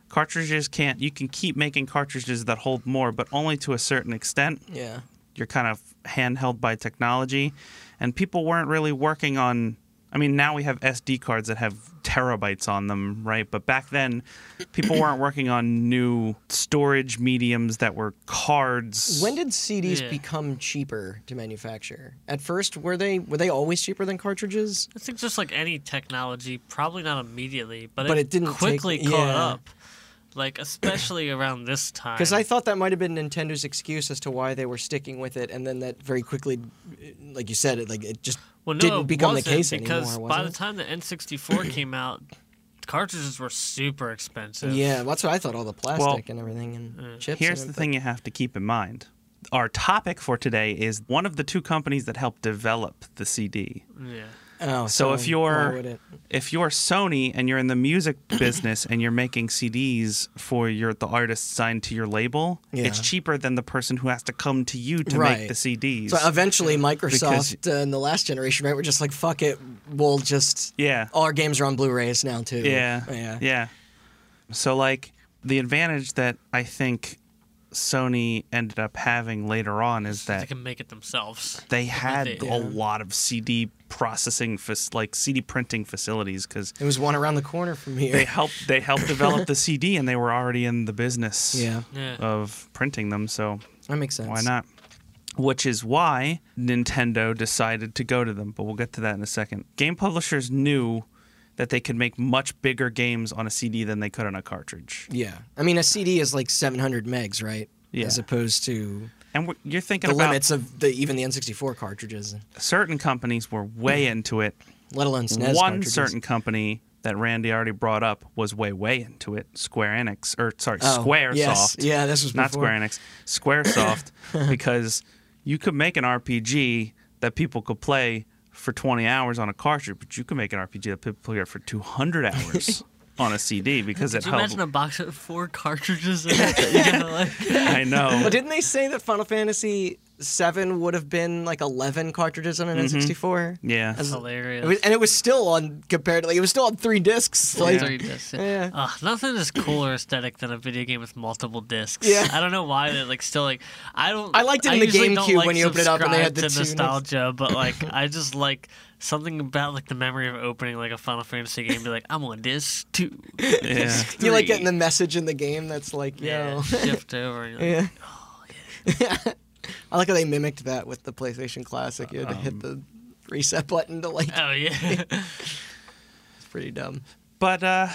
Speaker 4: Cartridges can't, you can keep making cartridges that hold more, but only to a certain extent.
Speaker 3: [LAUGHS] yeah.
Speaker 4: You're kind of handheld by technology. And people weren't really working on, I mean, now we have SD cards that have terabytes on them, right? But back then, people weren't working on new storage mediums that were cards.
Speaker 3: When did CDs
Speaker 2: Yeah.
Speaker 3: become cheaper to manufacture? At first, were they were they always cheaper than cartridges?
Speaker 2: I think just like any technology, probably not immediately, but,
Speaker 3: But it didn't take-
Speaker 2: quickly caught
Speaker 3: yeah.
Speaker 2: up. Like especially around this time.
Speaker 3: Because I thought that might have been Nintendo's excuse as to why they were sticking with it, and then that very quickly, like you said, it like it just
Speaker 2: well, no,
Speaker 3: didn't
Speaker 2: it
Speaker 3: become the
Speaker 2: wasn't,
Speaker 3: case
Speaker 2: because
Speaker 3: anymore.
Speaker 2: by
Speaker 3: was
Speaker 2: the time the
Speaker 3: [CLEARS THROAT]
Speaker 2: N64 came out, cartridges were super expensive.
Speaker 3: yeah, that's what I thought. All the plastic
Speaker 4: Well,
Speaker 3: and everything and chips.
Speaker 4: Here's
Speaker 3: in
Speaker 4: the
Speaker 3: it,
Speaker 4: thing you have to keep in mind. Our topic for today is one of the two companies that helped develop the CD.
Speaker 2: Yeah.
Speaker 3: but- Oh,
Speaker 4: So if
Speaker 3: why
Speaker 4: you're-
Speaker 3: would it-
Speaker 4: if you're Sony and you're in the music [COUGHS] business and you're making CDs for your the artist signed to your label,
Speaker 3: Yeah.
Speaker 4: it's cheaper than the person who has to come to you to
Speaker 3: Right.
Speaker 4: make the CDs.
Speaker 3: so eventually Microsoft uh, in the last generation, right? We're just like fuck it, we'll just
Speaker 4: yeah.
Speaker 3: all our games are on Blu-rays now too.
Speaker 4: Yeah.
Speaker 3: yeah,
Speaker 4: Yeah. So like the advantage that I think Sony ended up having later on is
Speaker 2: They
Speaker 4: that
Speaker 2: can make it themselves.
Speaker 4: they had
Speaker 2: they-
Speaker 4: a lot of CD processing fac- like CD printing facilities cuz
Speaker 3: It was one around the corner from here.
Speaker 4: they helped they helped develop the CD and they were already in the business
Speaker 3: yeah,
Speaker 2: Yeah.
Speaker 4: of printing them so
Speaker 3: that makes sense.
Speaker 4: Why not? Which is why Nintendo decided to go to them, but we'll get to that in a second. Game publishers knew that they could make much bigger games on a CD than they could on a cartridge.
Speaker 3: Yeah, I mean a CD is like 700 megs, right?
Speaker 4: Yeah.
Speaker 3: As opposed to
Speaker 4: And we're- you're thinking
Speaker 3: the
Speaker 4: about
Speaker 3: limits of the even the N64 cartridges,
Speaker 4: certain companies were way into it.
Speaker 3: let alone SNES
Speaker 4: One
Speaker 3: Mm-hmm. cartridges.
Speaker 4: certain company that Randy already brought up was way way into it. Square Enix or sorry,
Speaker 3: Oh,
Speaker 4: Square
Speaker 3: yes.
Speaker 4: Soft.
Speaker 3: Yeah, this was
Speaker 4: not
Speaker 3: before.
Speaker 4: Square Enix,
Speaker 2: [LAUGHS]
Speaker 4: SquareSoft, because you could make an RPG that people could play for 20 hours on a cartridge, but you could make an RPG that people play for
Speaker 2: [LAUGHS]
Speaker 4: 200 hours on a CD because it
Speaker 2: Could you
Speaker 4: helped.
Speaker 3: [LAUGHS]
Speaker 2: imagine a box of four cartridges in it? that you gotta, like-
Speaker 4: [LAUGHS] I know.
Speaker 2: [LAUGHS]
Speaker 3: But didn't they say that Final Fantasy Seven would have been like 11 cartridges
Speaker 4: Mm-hmm.
Speaker 3: on an N64?
Speaker 4: Yeah.
Speaker 2: [LAUGHS]
Speaker 3: As-
Speaker 2: Hilarious.
Speaker 3: It was, and it was still on compared to like it was still on three discs. Like,
Speaker 2: Three discs.
Speaker 3: [LAUGHS] Yeah.
Speaker 2: Ugh, nothing is cooler aesthetic than a video game with multiple discs.
Speaker 3: Yeah.
Speaker 2: I don't know why they're like still like I don't.
Speaker 3: I liked it in the
Speaker 2: usually don't
Speaker 3: GameCube
Speaker 2: like
Speaker 3: when you open it up and they had the
Speaker 2: subscribe to
Speaker 3: two discs.
Speaker 2: nostalgia, but like
Speaker 3: [LAUGHS]
Speaker 2: I just like something about like the memory of opening like a Final Fantasy game. Be like, I'm on disc
Speaker 3: [LAUGHS]
Speaker 2: two.
Speaker 4: Yeah.
Speaker 3: you like
Speaker 2: three.
Speaker 3: getting the message in the game that's like, yo.
Speaker 4: [LAUGHS]
Speaker 2: Yeah. Shift over. and you're like,
Speaker 3: Yeah.
Speaker 4: Oh,
Speaker 3: [LAUGHS] I like how they mimicked that with the PlayStation Classic. You had to
Speaker 4: Um,
Speaker 3: hit the reset button to like.
Speaker 2: Oh yeah.
Speaker 3: It's pretty dumb.
Speaker 4: But uh,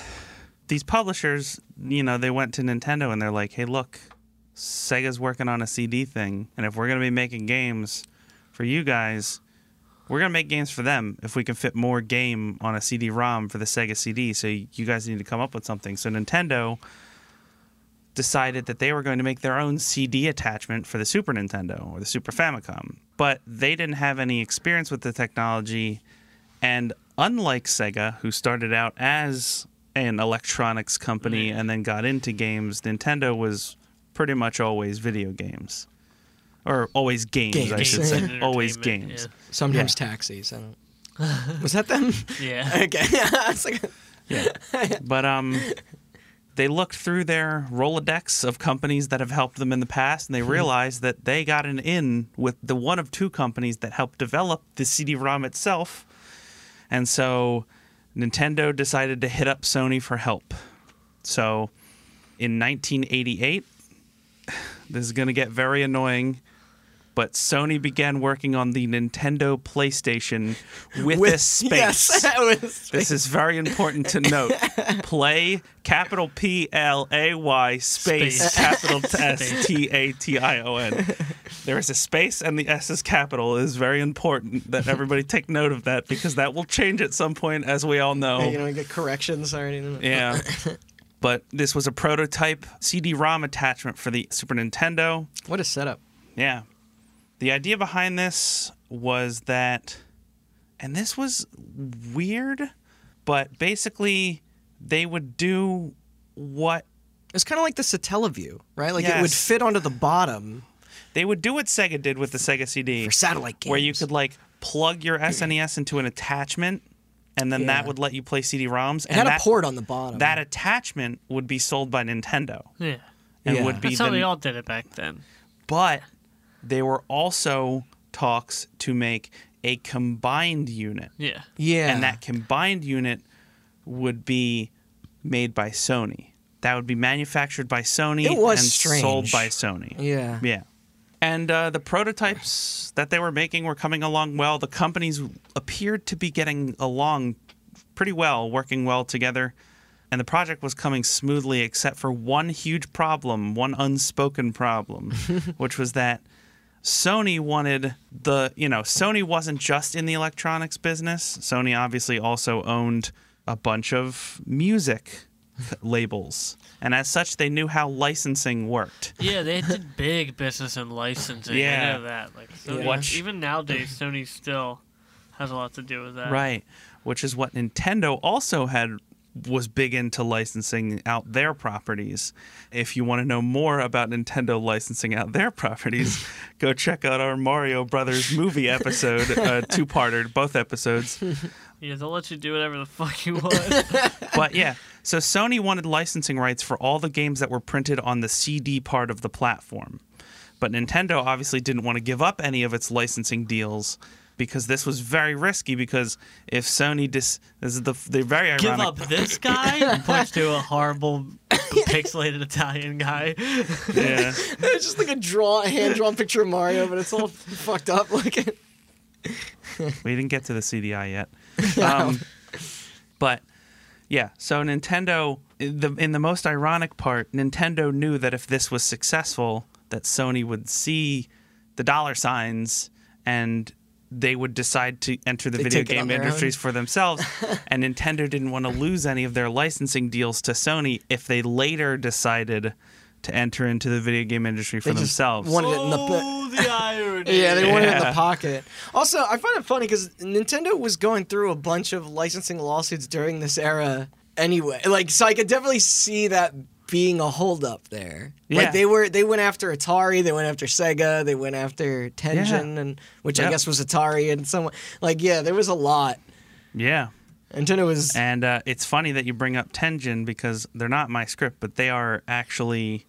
Speaker 4: these publishers, you know, they went to Nintendo and they're like, hey, look, Sega's working on a CD thing. And if we're going to be making games for you guys, we're going to make games for them if we can fit more game on a CD ROM for the Sega CD. So you guys need to come up with something. So Nintendo decided that they were going to make their own CD attachment for the Super Nintendo or the Super Famicom. But they didn't have any experience with the technology. And unlike Sega, who started out as an electronics company and then got into games, Nintendo was pretty much always video games. Or always games, I
Speaker 3: Games.
Speaker 4: should
Speaker 3: Games
Speaker 4: say.
Speaker 2: and
Speaker 4: Always
Speaker 2: entertainment,
Speaker 4: games.
Speaker 3: Sometimes taxis. I
Speaker 4: [LAUGHS]
Speaker 3: don't. Was that them? [LAUGHS]
Speaker 2: Yeah. yeah.
Speaker 3: okay. I was like,
Speaker 4: Yeah. [LAUGHS] But um they looked through their Rolodex of companies that have helped them in the past and they realized that they got an in with the one of two companies that helped develop the CD-ROM itself. And so Nintendo decided to hit up Sony for help. So in 1988, [SIGHS] This is going to get very annoying. But Sony began working on the Nintendo PlayStation with, this space.
Speaker 3: Yes, [LAUGHS] with
Speaker 4: This is very important to note. Play capital P L A Y space
Speaker 2: Space.
Speaker 4: capital S T A T I O N. There is a space and the S is capital. It is very important that everybody take note of that because that will change at some point, as we all know.
Speaker 3: you know, you get corrections or anything.
Speaker 4: Yeah. But this was a prototype CD ROM attachment for the Super Nintendo.
Speaker 3: What a setup.
Speaker 4: Yeah. The idea behind this was that, and this was weird, but basically they would do what
Speaker 3: It's kind of like the Satellaview, right? Like it would
Speaker 4: Yes.
Speaker 3: fit onto the bottom
Speaker 4: they would do what Sega did with the Sega CD,
Speaker 3: for satellite games.
Speaker 4: where you could like plug your SNES into an attachment, and then that
Speaker 3: Yeah.
Speaker 4: would let you play CD-ROMs.
Speaker 3: it had
Speaker 4: that,
Speaker 3: a port on the bottom.
Speaker 4: That attachment would be sold by Nintendo,
Speaker 2: Yeah.
Speaker 4: and
Speaker 3: Yeah.
Speaker 4: would be
Speaker 2: That's how
Speaker 4: the-
Speaker 2: they all did it back then.
Speaker 4: but they were also talks to make a combined unit.
Speaker 2: Yeah.
Speaker 3: yeah,
Speaker 4: And that combined unit would be made by Sony. That would be manufactured by Sony
Speaker 3: It was
Speaker 4: and sold
Speaker 3: strange.
Speaker 4: by Sony. [LAUGHS]
Speaker 3: yeah,
Speaker 4: Yeah. And uh, the prototypes that they were making were coming along well. The companies appeared to be getting along pretty well, working well together. And the project was coming smoothly, except for one huge problem, one unspoken problem, which was that Sony wanted the, you know, Sony wasn't just in the electronics business. Sony obviously also owned a bunch of music labels. And as such, they knew how licensing worked.
Speaker 2: Yeah, they did big business in licensing. I
Speaker 4: Yeah.
Speaker 2: know that. Like Sony,
Speaker 4: Watch-
Speaker 2: even nowadays, Sony still has a lot to do with that.
Speaker 4: Right, which is what Nintendo also had was big into licensing out their properties. If you want to know more about Nintendo licensing out
Speaker 2: [LAUGHS]
Speaker 4: their properties, go check out our Mario Brothers movie episode,
Speaker 2: [LAUGHS]
Speaker 4: uh, two-parter, both episodes.
Speaker 2: Yeah, they'll let you do whatever the [LAUGHS] fuck you want.
Speaker 4: But yeah, so Sony wanted licensing rights for all the games that were printed on the CD part of the platform. But Nintendo obviously didn't want to give up any of its licensing deals because this was very risky because if Sony dis this is the the very ironic
Speaker 2: Give up this guy [LAUGHS] and points to a horrible pixelated Italian guy.
Speaker 4: yeah.
Speaker 3: [LAUGHS] it's just like a draw, hand drawn picture of Mario, but it's all [LAUGHS] fucked up. [LAUGHS] Like,
Speaker 4: [LAUGHS] We didn't get to the CDI
Speaker 3: [LAUGHS]
Speaker 4: yet. Um, but yeah, so Nintendo, in the, in the most ironic part, Nintendo knew that if this was successful, that Sony would see the dollar signs and they would decide to enter the
Speaker 3: They
Speaker 4: video
Speaker 3: take it on
Speaker 4: game
Speaker 3: their own.
Speaker 4: industries for
Speaker 3: [LAUGHS]
Speaker 4: themselves. and Nintendo didn't want to lose any of their licensing deals to Sony if they later decided to enter into the video game industry for
Speaker 3: They just
Speaker 4: themselves.
Speaker 3: wanted- Put it in the bu-
Speaker 2: Oh, the irony.
Speaker 3: yeah, they wanted it in the
Speaker 4: Yeah.
Speaker 3: pocket. Also, I find it funny because Nintendo was going through a bunch of licensing lawsuits during this era anyway. Like, so I could definitely see that being a holdup there.
Speaker 4: Yeah.
Speaker 3: Like they were, they went after Atari, they went after Sega, they went after Tengen, and which I
Speaker 4: Yep.
Speaker 3: guess was Atari and someone. Like, yeah, there was a lot.
Speaker 4: yeah.
Speaker 3: Nintendo was
Speaker 4: And uh, it's funny that you bring up Tenjin because they're not my script, but they are actually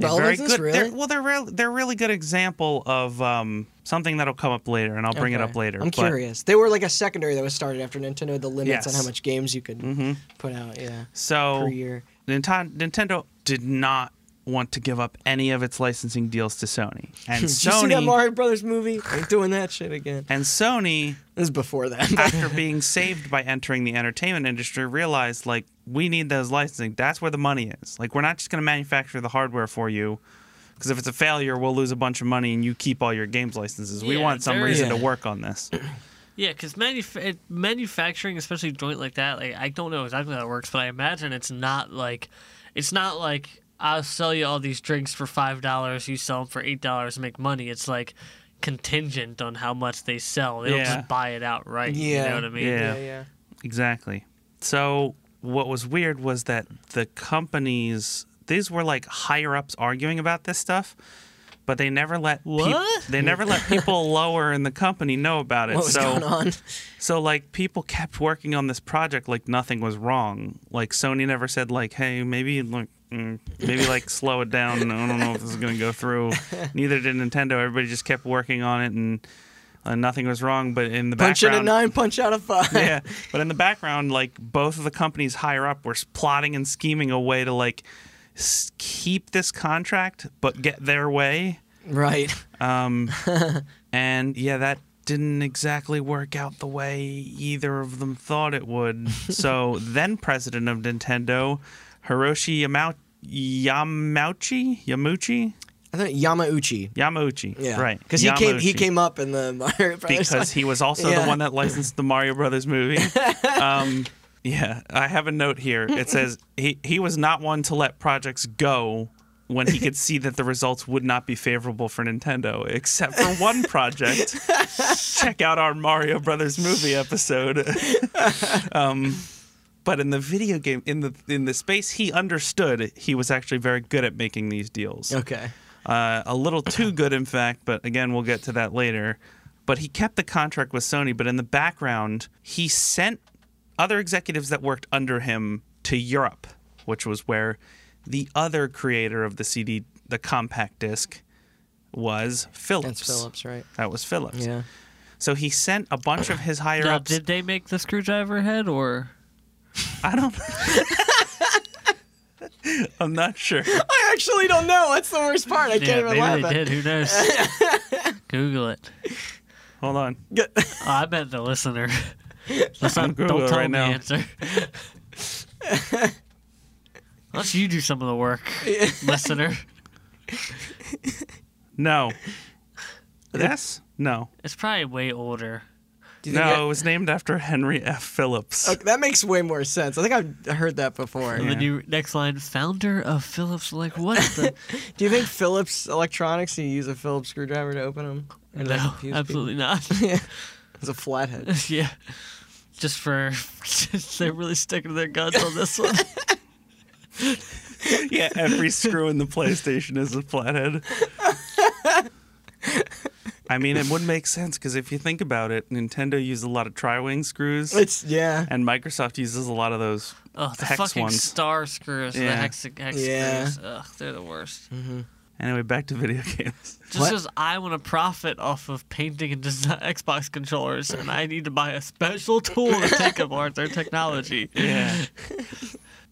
Speaker 4: a
Speaker 3: Relevant
Speaker 4: very
Speaker 3: to this,
Speaker 4: good.
Speaker 3: really?
Speaker 4: They're, well, they're real they're a really good example of um, something that'll come up later, and I'll bring it
Speaker 3: Okay.
Speaker 4: up later.
Speaker 3: I'm
Speaker 4: but
Speaker 3: curious. They were like a secondary that was started after Nintendo had the limits on
Speaker 4: Yes. Mm-hmm.
Speaker 3: how much games you could put out. Yeah,
Speaker 4: So
Speaker 3: per year.
Speaker 4: Ninten- Nintendo did not want to give up any of its licensing deals to Sony, and
Speaker 3: [LAUGHS] Did you see that
Speaker 4: Sony
Speaker 3: Mario Brothers movie? Ain't doing that shit again.
Speaker 4: and Sony
Speaker 3: This is before
Speaker 4: [LAUGHS]
Speaker 3: that.
Speaker 4: after being saved by entering the entertainment industry, realized like we need those licensing. That's where the money is. Like we're not just going to manufacture the hardware for you, because if it's a failure, we'll lose a bunch of money and you keep all your games licenses. we
Speaker 2: Yeah,
Speaker 4: want some
Speaker 2: very-
Speaker 4: reason to
Speaker 3: Yeah.
Speaker 4: work on this. [CLEARS THROAT]
Speaker 2: Yeah, because manufacturing, especially a joint like that, like I don't know exactly how it works, but I imagine it's not like, it's not like I'll sell you all these drinks for five dollars, you sell them for eight dollars, and make money. It's like contingent on how much they sell. They don't
Speaker 4: Yeah.
Speaker 2: just buy it outright. you
Speaker 3: Yeah.
Speaker 2: know what I mean?
Speaker 4: Yeah. Exactly. So what was weird was that the companies these were like higher ups arguing about this stuff, but they never let peop-
Speaker 2: What?
Speaker 4: they never let
Speaker 3: [LAUGHS]
Speaker 4: people lower in the company know about it.
Speaker 3: What was
Speaker 4: so
Speaker 3: going on?
Speaker 4: So like people kept working on this project like nothing was wrong. Like Sony never said like, hey, maybe like mm, maybe
Speaker 3: [LAUGHS]
Speaker 4: like slow it down. I don't know if this is gonna go through. Neither did Nintendo. Everybody just kept working on it and uh, nothing was wrong. But in the
Speaker 3: Punch in a
Speaker 4: background,
Speaker 3: nine, punch out a five.
Speaker 4: [LAUGHS] yeah. But in the background, like both of the companies higher up were s- plotting and scheming a way to like s- keep this contract but get their way.
Speaker 3: [LAUGHS] Right.
Speaker 4: Um, and yeah, that didn't exactly work out the way either of them thought it
Speaker 3: [LAUGHS]
Speaker 4: would. so then president of Nintendo, Hiroshi Yamau- Yamauchi, Yamuchi,
Speaker 3: I thought Yamauchi.
Speaker 4: Yamauchi,
Speaker 3: Yeah.
Speaker 4: right?
Speaker 3: Because he came he
Speaker 4: Yamauchi.
Speaker 3: came up in the [LAUGHS] Mario Brothers.
Speaker 4: because he was also
Speaker 3: Yeah.
Speaker 4: the one that licensed the Mario Brothers movie. um, yeah, I have a note here. It says he he was not one to let projects go when he could see that the results would not be favorable for Nintendo, except for one project. Check out our Mario Brothers movie episode. um, but in the video game, in the in the space he understood, he was actually very good at making these deals
Speaker 3: okay.
Speaker 4: uh, a little too good, in fact. But again, we'll get to that later. But he kept the contract with Sony. But in the background, he sent other executives that worked under him to Europe, which was where the other creator of the CD, the compact disc, was Philips.
Speaker 3: That's Phillips, right?
Speaker 4: That was Philips.
Speaker 3: Yeah.
Speaker 4: So he sent a bunch of his higher
Speaker 2: Now,
Speaker 4: ups.
Speaker 2: did they make the screwdriver head or?
Speaker 4: I don't. [LAUGHS] I'm not sure.
Speaker 3: I actually don't know. That's the worst part. I can't even
Speaker 2: maybe
Speaker 3: laugh
Speaker 2: they
Speaker 3: at.
Speaker 2: did. Who knows? Google it.
Speaker 4: Hold on.
Speaker 2: Oh, I meant the listener. Let's
Speaker 4: I'm
Speaker 2: not,
Speaker 4: Google
Speaker 2: don't
Speaker 4: it
Speaker 2: tell them
Speaker 4: right now.
Speaker 2: the answer. [LAUGHS] Unless you do some of the work, listener. [LAUGHS]
Speaker 4: No. Yes. No.
Speaker 2: It's probably way older.
Speaker 3: Do you think
Speaker 4: No, it was named after Henry F. Phillips.
Speaker 3: that- okay, that makes way more sense. I think I've heard that before.
Speaker 2: And
Speaker 4: Yeah.
Speaker 2: then you next line, founder of Philips. Like what? The,
Speaker 3: Do you think Phillips Electronics you use a Phillips screwdriver to open them? Or does that
Speaker 2: no,
Speaker 3: confuse people?
Speaker 2: absolutely not.
Speaker 3: [LAUGHS]
Speaker 2: [LAUGHS]
Speaker 3: Yeah. It's a flathead.
Speaker 2: yeah, just for [LAUGHS] they're really sticking to their guns on this one.
Speaker 4: [LAUGHS] yeah, every screw in the PlayStation is a flathead. I mean, it would make sense because if you think about it, Nintendo used a lot of tri-wing screws,
Speaker 3: It's yeah.
Speaker 4: and Microsoft uses a lot of those.
Speaker 2: Oh, the
Speaker 4: Hex
Speaker 2: fucking
Speaker 4: ones.
Speaker 2: star screws, the
Speaker 4: Yeah.
Speaker 2: hex, hex
Speaker 3: Yeah.
Speaker 2: screws. Ugh, they're the worst.
Speaker 4: Anyway, back to video [LAUGHS] games.
Speaker 2: Just
Speaker 3: What?
Speaker 2: because I want to profit off of painting and design [LAUGHS] Xbox controllers, and I need to buy a special tool to take [LAUGHS] apart their technology.
Speaker 4: Yeah.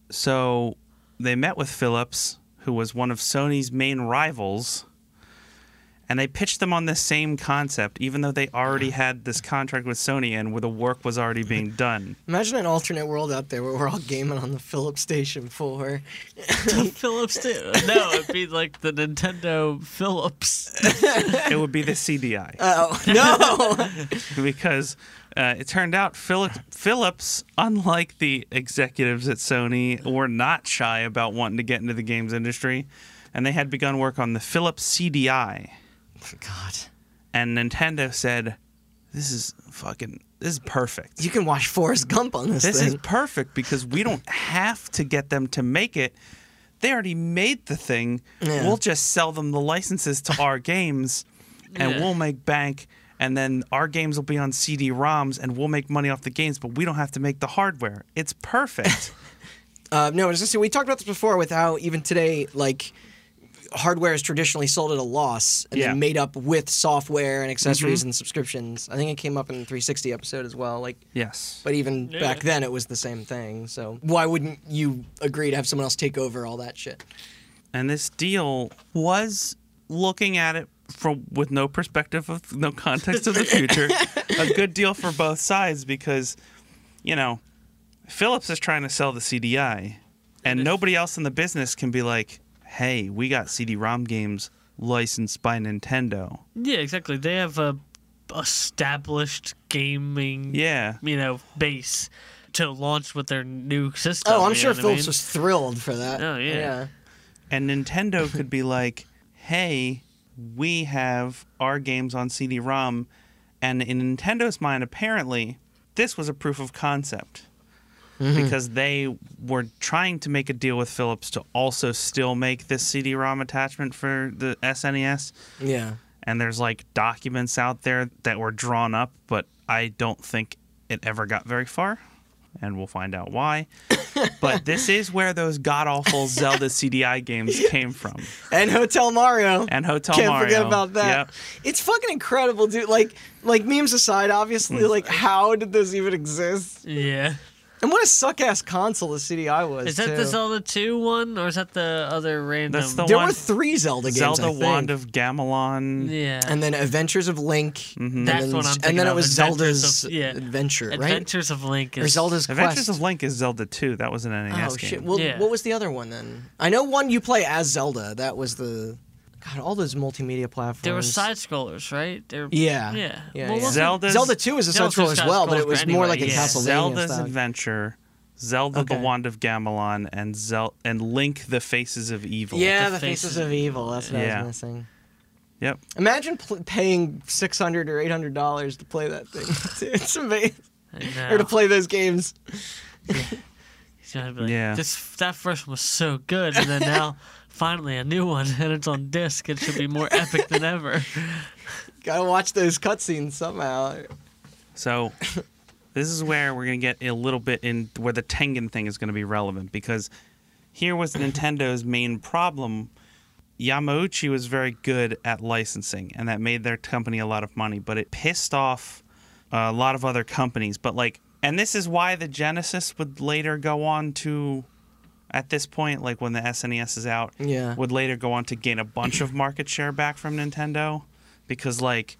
Speaker 4: so they met with Philips, who was one of Sony's main rivals, and they pitched them on this same concept, even though they already had this contract with Sony and where the work was already being done.
Speaker 3: Imagine an alternate world out there where we're all gaming on the Philips Station 4.
Speaker 2: [LAUGHS] The Philips too. No, it'd be like the Nintendo Philips.
Speaker 4: It would be the CDI.
Speaker 3: Oh, [LAUGHS] no!
Speaker 4: because uh, it turned out Philip- Phillips, unlike the executives at Sony, were not shy about wanting to get into the games industry, and they had begun work on the Philips CDI.
Speaker 3: God.
Speaker 4: And Nintendo said, "This is fucking this is perfect.
Speaker 3: You can watch Forrest Gump on this,
Speaker 4: this
Speaker 3: thing.
Speaker 4: is perfect because we don't have to get them to make it." They already made the thing.
Speaker 3: Yeah.
Speaker 4: We'll just sell them the licenses to our games and
Speaker 2: Yeah.
Speaker 4: we'll make bank and then our games will be on CD-ROMs and we'll make money off the games but we don't have to make the hardware. It's
Speaker 3: [LAUGHS]
Speaker 4: perfect.
Speaker 3: Uh, no, I was gonna say we talked about this before with how even today, like hardware is traditionally sold at a loss and
Speaker 4: Yeah.
Speaker 3: then made up with software and accessories and subscriptions. I think it came up in the 360 episode as well. Like,
Speaker 4: yes.
Speaker 3: but even
Speaker 2: Yeah.
Speaker 3: back then, it was the same thing. So why wouldn't you agree to have someone else take over all that shit?
Speaker 4: And this deal was looking at it from with no perspective of no context of the future, a good deal for both sides because you know, Phillips is trying to sell the CDI and nobody else in the business can be like, "Hey, we got CD-ROM games licensed by Nintendo."
Speaker 2: Yeah, exactly. They have a established gaming,
Speaker 4: Yeah.
Speaker 2: you know, base to launch with their new system.
Speaker 3: Oh, I'm
Speaker 2: you know
Speaker 3: sure
Speaker 2: what I
Speaker 3: Phillips
Speaker 2: mean?
Speaker 3: was thrilled for that.
Speaker 2: Oh, yeah.
Speaker 4: And Nintendo could be like, hey, we have our games on CD ROM. And in Nintendo's mind, apparently, this was a proof of concept because they were trying to make a deal with Philips to also still make this CD ROM attachment for the E SNES.
Speaker 3: yeah, yeah.
Speaker 4: And there's like documents out there that were drawn up, but I don't think it ever got very far. And we'll find out why.
Speaker 3: [LAUGHS]
Speaker 4: but this is where those god awful Zelda
Speaker 3: [LAUGHS]
Speaker 4: CDI games came from.
Speaker 3: And Hotel Mario.
Speaker 4: And Hotel
Speaker 3: Can't
Speaker 4: Mario.
Speaker 3: forget about that.
Speaker 4: Yep.
Speaker 3: It's fucking incredible,
Speaker 2: Hmm.
Speaker 3: dude. Like, like memes aside, obviously, like how did this even exist?
Speaker 2: Yeah.
Speaker 3: And what a suck ass console the CDI was.
Speaker 2: Is that
Speaker 3: too.
Speaker 2: the Zelda 2 one, or is that the other random?
Speaker 4: That's the
Speaker 3: There
Speaker 4: one-
Speaker 3: were three Zelda games. I
Speaker 4: Zelda
Speaker 3: think.
Speaker 4: Wand of Gamelon.
Speaker 2: yeah.
Speaker 3: and then Adventures of Link. And
Speaker 2: Mm-hmm. That's
Speaker 3: then,
Speaker 2: what I'm
Speaker 3: And
Speaker 2: thinking
Speaker 3: then it
Speaker 2: of,
Speaker 3: was
Speaker 2: Adventures
Speaker 3: Zelda's
Speaker 2: of- yeah.
Speaker 3: Adventure, right?
Speaker 2: Adventures of Link is
Speaker 3: or Zelda's
Speaker 4: Adventures
Speaker 3: Quest.
Speaker 4: of Link is Zelda 2. That was an NES
Speaker 3: oh
Speaker 4: game.
Speaker 3: shit! Well,
Speaker 2: Yeah.
Speaker 3: what was the other one then? I know one you play as Zelda. That was the God. All those multimedia platforms.
Speaker 2: They were side scrollers, right? They were,
Speaker 3: Yeah.
Speaker 2: Yeah.
Speaker 3: Yeah,
Speaker 2: Well,
Speaker 3: yeah.
Speaker 2: wasn't-
Speaker 4: Zelda's-
Speaker 3: Zelda Two is a side
Speaker 2: Zelda's
Speaker 3: scroller as
Speaker 2: got
Speaker 3: well, but
Speaker 2: scrolls
Speaker 3: it was
Speaker 2: for
Speaker 3: more
Speaker 2: anyway,
Speaker 3: like a
Speaker 2: yeah.
Speaker 3: Castlevania
Speaker 4: Zelda's
Speaker 3: style.
Speaker 4: Adventure, Zelda the
Speaker 3: Okay.
Speaker 4: Wand of Gamelon, and Zel- and Link the Faces of Evil.
Speaker 3: Yeah,
Speaker 2: the
Speaker 3: the faces,
Speaker 2: faces.
Speaker 3: of evil. That's what I
Speaker 4: Yeah.
Speaker 3: was missing.
Speaker 4: Yep.
Speaker 3: Imagine pl- paying six hundred or eight hundred dollars to play that thing. [LAUGHS] Dude, it's
Speaker 2: [LAUGHS]
Speaker 3: amazing.
Speaker 2: I know.
Speaker 3: Or to play those games.
Speaker 2: He's gonna be like,
Speaker 4: Yeah.
Speaker 2: This that first one was so good, and then now finally a new one, and it's on disc. It should be more epic than ever.
Speaker 3: Gotta watch those cutscenes somehow.
Speaker 4: So [COUGHS] this is where we're gonna get a little bit in where the Tengen thing is gonna be relevant because here was Nintendo's main problem. Yamauchi was very good at licensing, and that made their company a lot of money, but it pissed off a lot of other companies. But like, and this is why the Genesis would later go on to, at this point, like when the SNES is out,
Speaker 3: Yeah.
Speaker 4: would later go on to gain a bunch of market share back from Nintendo, because like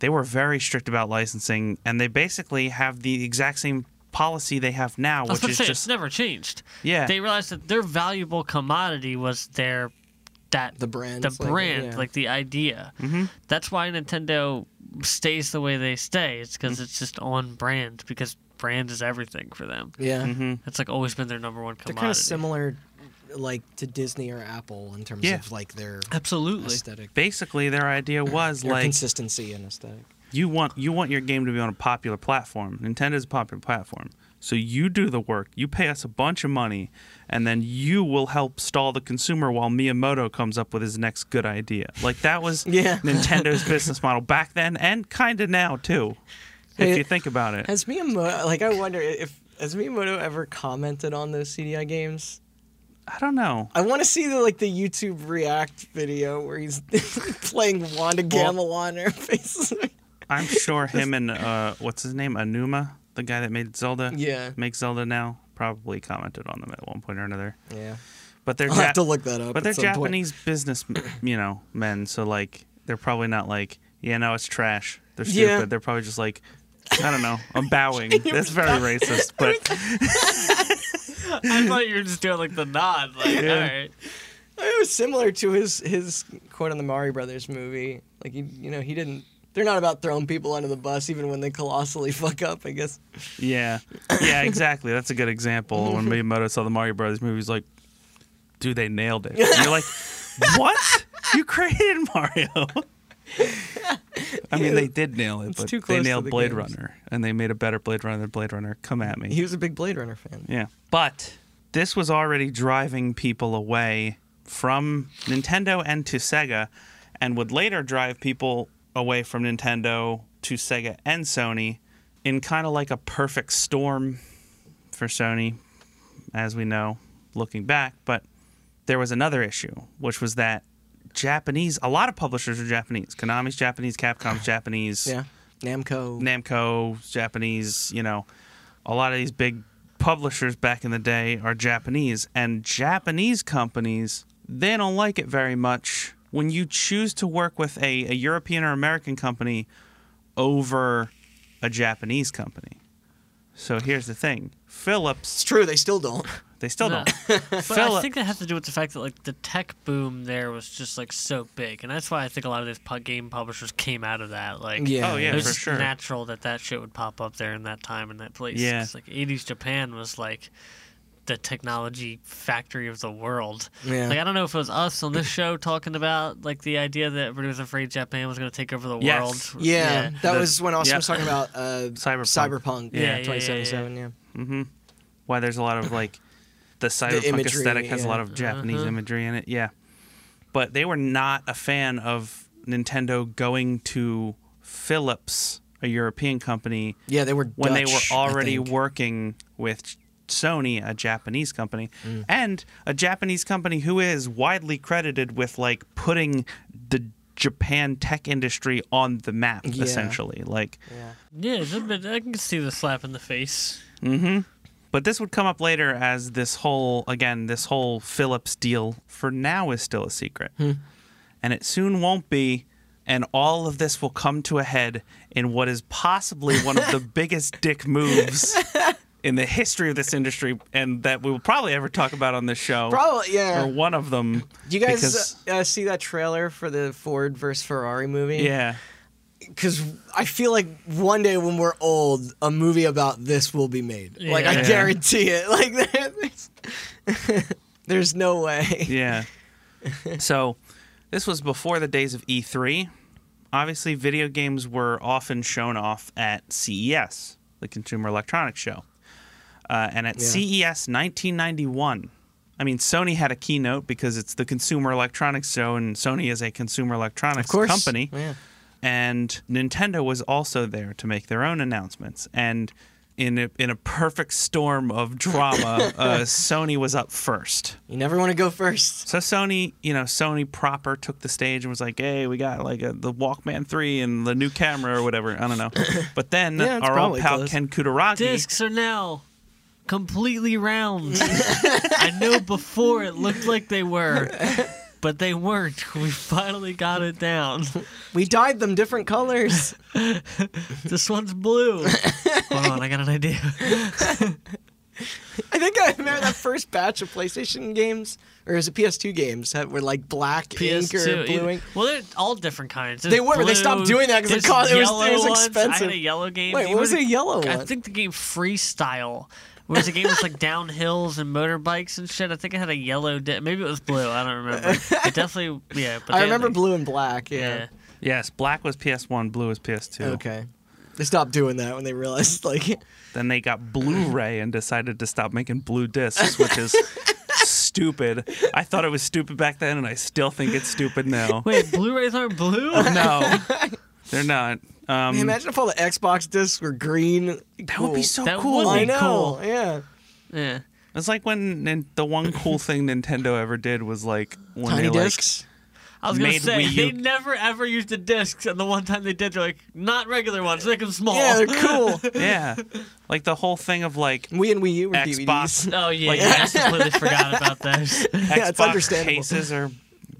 Speaker 4: they were very strict about licensing, and they basically have the exact same policy they have now,
Speaker 2: I was
Speaker 4: which
Speaker 2: gonna
Speaker 4: is
Speaker 2: say,
Speaker 4: just
Speaker 2: it's never changed.
Speaker 4: Yeah.
Speaker 2: They realized that their valuable commodity was their that
Speaker 3: The brand,
Speaker 2: the
Speaker 3: it's like,
Speaker 2: brand,
Speaker 3: yeah.
Speaker 2: like the idea. Mm-hmm. That's why Nintendo stays the way they stay. It's because it's just on brand. Because brand is everything for them.
Speaker 3: Yeah.
Speaker 4: Mm-hmm.
Speaker 2: That's like always been their number one
Speaker 3: They're
Speaker 2: commodity.
Speaker 3: kind of similar, like to Disney or Apple in terms
Speaker 4: Yeah.
Speaker 3: of like their
Speaker 2: Absolutely.
Speaker 3: aesthetic,
Speaker 4: basically their idea was
Speaker 3: their
Speaker 4: like
Speaker 3: consistency and aesthetic.
Speaker 4: you want you want your game to be on a popular platform. Nintendo's a popular platform. So you do the work, you pay us a bunch of money, and then you will help stall the consumer while Miyamoto comes up with his next good idea. Like that
Speaker 3: [LAUGHS]
Speaker 4: was
Speaker 3: Yeah.
Speaker 4: Nintendo's business model back then and kinda now too.
Speaker 3: Hey,
Speaker 4: If you think about it.
Speaker 3: Has Miyamoto like I wonder if has Miyamoto ever commented on those CDI games?
Speaker 4: I don't know.
Speaker 3: I want to see the like the YouTube React video where he's [LAUGHS] playing Wanda Gamelon or [LAUGHS] faces. [LAUGHS]
Speaker 4: I'm sure him and uh, what's his name? Anuma, the guy that made Zelda.
Speaker 3: Yeah.
Speaker 4: Make Zelda now. Probably commented on them at one point or another.
Speaker 3: Yeah,
Speaker 4: But they're
Speaker 3: I'll have
Speaker 4: Jap-
Speaker 3: to look that up.
Speaker 4: But
Speaker 3: at
Speaker 4: they're
Speaker 3: some point.
Speaker 4: Japanese business, you know, men. So like, they're probably not like, yeah, no, it's trash. They're stupid.
Speaker 3: Yeah.
Speaker 4: They're probably just like, I don't know.
Speaker 3: [LAUGHS]
Speaker 4: I'm bowing. That's very racist. But
Speaker 2: [LAUGHS] I thought you were just doing like the nod. Like, all right.
Speaker 3: It was similar to his his quote on the Mari Brothers movie. Like he, you know, he didn't. They're not about throwing people under the bus, even when they colossally [LAUGHS] fuck up. I guess.
Speaker 4: yeah, yeah, exactly. That's a good example. When Miyamoto saw the Mario Brothers movie, he's like, dude, they nailed it. And
Speaker 3: [LAUGHS]
Speaker 4: you're like, what? You created Mario. I mean, they did nail it, but
Speaker 3: too
Speaker 4: they
Speaker 3: close to
Speaker 4: nailed
Speaker 3: the
Speaker 4: Blade
Speaker 3: games.
Speaker 4: Runner, and they made a better Blade Runner than Blade Runner. Come at me.
Speaker 3: He was a big Blade Runner fan.
Speaker 4: Yeah. But this was already driving people away from Nintendo and to Sega, and would later drive people away from Nintendo to Sega and Sony in kind of like a perfect storm for Sony, as we know looking back. But there was another issue, which was that Japanese, a lot of publishers are Japanese. Konami's Japanese, Capcom's Japanese.
Speaker 3: Yeah, Namco.
Speaker 4: Namco, Japanese, you know, a lot of these big publishers back in the day are Japanese. And Japanese companies, they don't like it very much when you choose to work with a, a European or American company over a Japanese company. So here's the thing
Speaker 3: it's
Speaker 4: Philips,
Speaker 3: true. They still don't.
Speaker 4: they still
Speaker 2: No.
Speaker 4: don't.
Speaker 2: [LAUGHS] But I
Speaker 4: Philip-
Speaker 2: think that has to do with the fact that like the tech boom there was just like so big, and that's why I think a lot of these pu- game publishers came out of that. Like,
Speaker 3: Yeah.
Speaker 4: Oh,
Speaker 2: it
Speaker 4: yeah,
Speaker 2: was
Speaker 4: for
Speaker 2: just
Speaker 4: sure.
Speaker 2: natural that that shit would pop up there in that time and that place.
Speaker 4: Yeah.
Speaker 2: 'Cause, like '80s Japan was like the technology factory of the world.
Speaker 3: Yeah.
Speaker 2: Like I don't know if it was us on this show talking about like the idea that everybody was afraid Japan was going to take over the
Speaker 4: Yes.
Speaker 2: world.
Speaker 3: Yeah, that
Speaker 4: The-
Speaker 3: was when Austin
Speaker 4: yeah.
Speaker 3: was talking about uh,
Speaker 4: [LAUGHS] Cyberpunk.
Speaker 3: Cyberpunk.
Speaker 2: Yeah, yeah, yeah,
Speaker 3: twenty seventy seven. Yeah.
Speaker 4: Mm-hmm. Why there's a lot of
Speaker 3: [COUGHS]
Speaker 4: like the cyberpunk
Speaker 3: imagery,
Speaker 4: aesthetic has
Speaker 3: yeah.
Speaker 4: a lot of Japanese
Speaker 2: Uh-huh.
Speaker 4: imagery in it. Yeah. But they were not a fan of Nintendo going to Philips, a European company,
Speaker 3: yeah, they were
Speaker 4: when
Speaker 3: Dutch,
Speaker 4: they
Speaker 3: I
Speaker 4: were already
Speaker 3: think.
Speaker 4: working with Sony, a Japanese company,
Speaker 3: Mm.
Speaker 4: and a Japanese company who is widely credited with like putting the Japan tech industry on the map,
Speaker 3: Yeah.
Speaker 4: essentially. Like,
Speaker 3: Yeah.
Speaker 2: Yeah, it's a bit- I can see the slap in the face.
Speaker 4: But this would come up later as this whole, again, this whole Phillips deal for now is still a secret.
Speaker 3: Hmm.
Speaker 4: And it soon won't be. And all of this will come to a head in what is possibly
Speaker 3: [LAUGHS]
Speaker 4: one of the biggest dick moves in the history of this industry and that we will probably ever talk about on this show.
Speaker 3: Probably, yeah.
Speaker 4: Or one of them.
Speaker 3: Do you guys
Speaker 4: because-
Speaker 3: uh, uh, see that trailer for the Ford versus Ferrari movie?
Speaker 4: yeah.
Speaker 3: Because I feel like one day when we're old, a movie about this will be made. Like I
Speaker 2: Yeah.
Speaker 3: guarantee it. [LAUGHS] Like there's, there's [LAUGHS] no way.
Speaker 4: [LAUGHS] Yeah. so this was before the days of E3. Obviously, video games were often shown off at CES, the Consumer Electronics Show. Uh, and at
Speaker 3: Yeah.
Speaker 4: CES 1991, I mean, Sony had a keynote because it's the Consumer Electronics Show, and Sony is a consumer electronics
Speaker 3: Of course. Oh,
Speaker 4: company
Speaker 3: Yeah.
Speaker 4: and Nintendo was also there to make their own announcements. And in a, in a perfect storm
Speaker 3: [LAUGHS]
Speaker 4: of drama, uh, Sony was up first.
Speaker 3: You never want to go first.
Speaker 4: So Sony, you know, Sony proper took the stage and was like, "Hey, we got like a, the Walkman three and the new camera or whatever. I
Speaker 3: [COUGHS]
Speaker 4: don't know." But then
Speaker 3: Yeah, it's
Speaker 4: our old
Speaker 3: probably
Speaker 4: pal
Speaker 3: close.
Speaker 4: Ken Kutaragi,
Speaker 2: Discs are now completely
Speaker 3: [LAUGHS]
Speaker 2: round. I know before it looked like they were, but they weren't. We finally got it down.
Speaker 3: We dyed them different colors.
Speaker 2: This one's blue. Hold on, I got an
Speaker 3: [LAUGHS]
Speaker 2: idea.
Speaker 3: I think I remember that first batch of PlayStation games, or is it PS2 games that were like black ink or
Speaker 2: PS2.
Speaker 3: blue
Speaker 2: yeah.
Speaker 3: ink?
Speaker 2: e- Well, they're all different kinds.
Speaker 3: They were, but they stopped doing that 'cause it
Speaker 2: there's
Speaker 3: cost- it was- it
Speaker 2: yellow
Speaker 3: was
Speaker 2: ones. I had
Speaker 3: expensive.
Speaker 2: a yellow game.
Speaker 3: Wait,
Speaker 2: It
Speaker 3: what was a yellow
Speaker 2: I
Speaker 3: one?
Speaker 2: think the game Freestyle. Where it was a game with like down hills and motorbikes and shit. I think it had a yellow. Di- Maybe it was blue. I don't remember. It definitely, yeah. But
Speaker 3: I
Speaker 2: they had,
Speaker 3: remember
Speaker 2: like,
Speaker 3: blue and black.
Speaker 2: Yeah.
Speaker 3: Yeah.
Speaker 4: yes, black was PS1, blue was PS2.
Speaker 3: Okay. They stopped doing that when they realized [LAUGHS] like
Speaker 4: Then they got Blu-ray and decided to stop making blue discs, which
Speaker 3: [LAUGHS]
Speaker 4: is stupid. I thought it was stupid back then, and I still think it's
Speaker 3: [LAUGHS]
Speaker 4: stupid now.
Speaker 2: Wait, Blu-rays aren't
Speaker 4: [LAUGHS]
Speaker 2: blue?
Speaker 4: No, they're not. Um,
Speaker 3: Man, imagine if all the Xbox discs were green.
Speaker 4: that would be so
Speaker 2: That
Speaker 4: cool.
Speaker 2: would
Speaker 3: I
Speaker 2: be
Speaker 3: know.
Speaker 2: cool.
Speaker 3: Yeah.
Speaker 2: Yeah.
Speaker 4: It's like when nin- the one cool thing Nintendo ever did was like when
Speaker 3: Tiny
Speaker 4: they like,
Speaker 3: discs.
Speaker 2: I was gonna
Speaker 4: Made
Speaker 2: say
Speaker 4: Wii U-
Speaker 2: they never ever used the discs, and the one time they did, they're like not regular ones, make them small. [LAUGHS]
Speaker 3: Yeah, they're
Speaker 4: [LAUGHS]
Speaker 3: cool.
Speaker 4: yeah, like the whole thing of like
Speaker 3: we and Wii U were
Speaker 4: Xbox
Speaker 3: DVDs.
Speaker 2: oh yeah,
Speaker 4: Like- [LAUGHS]
Speaker 2: I just completely forgot about those.
Speaker 3: [LAUGHS] Yeah, it's
Speaker 4: Xbox
Speaker 3: understandable.
Speaker 4: cases are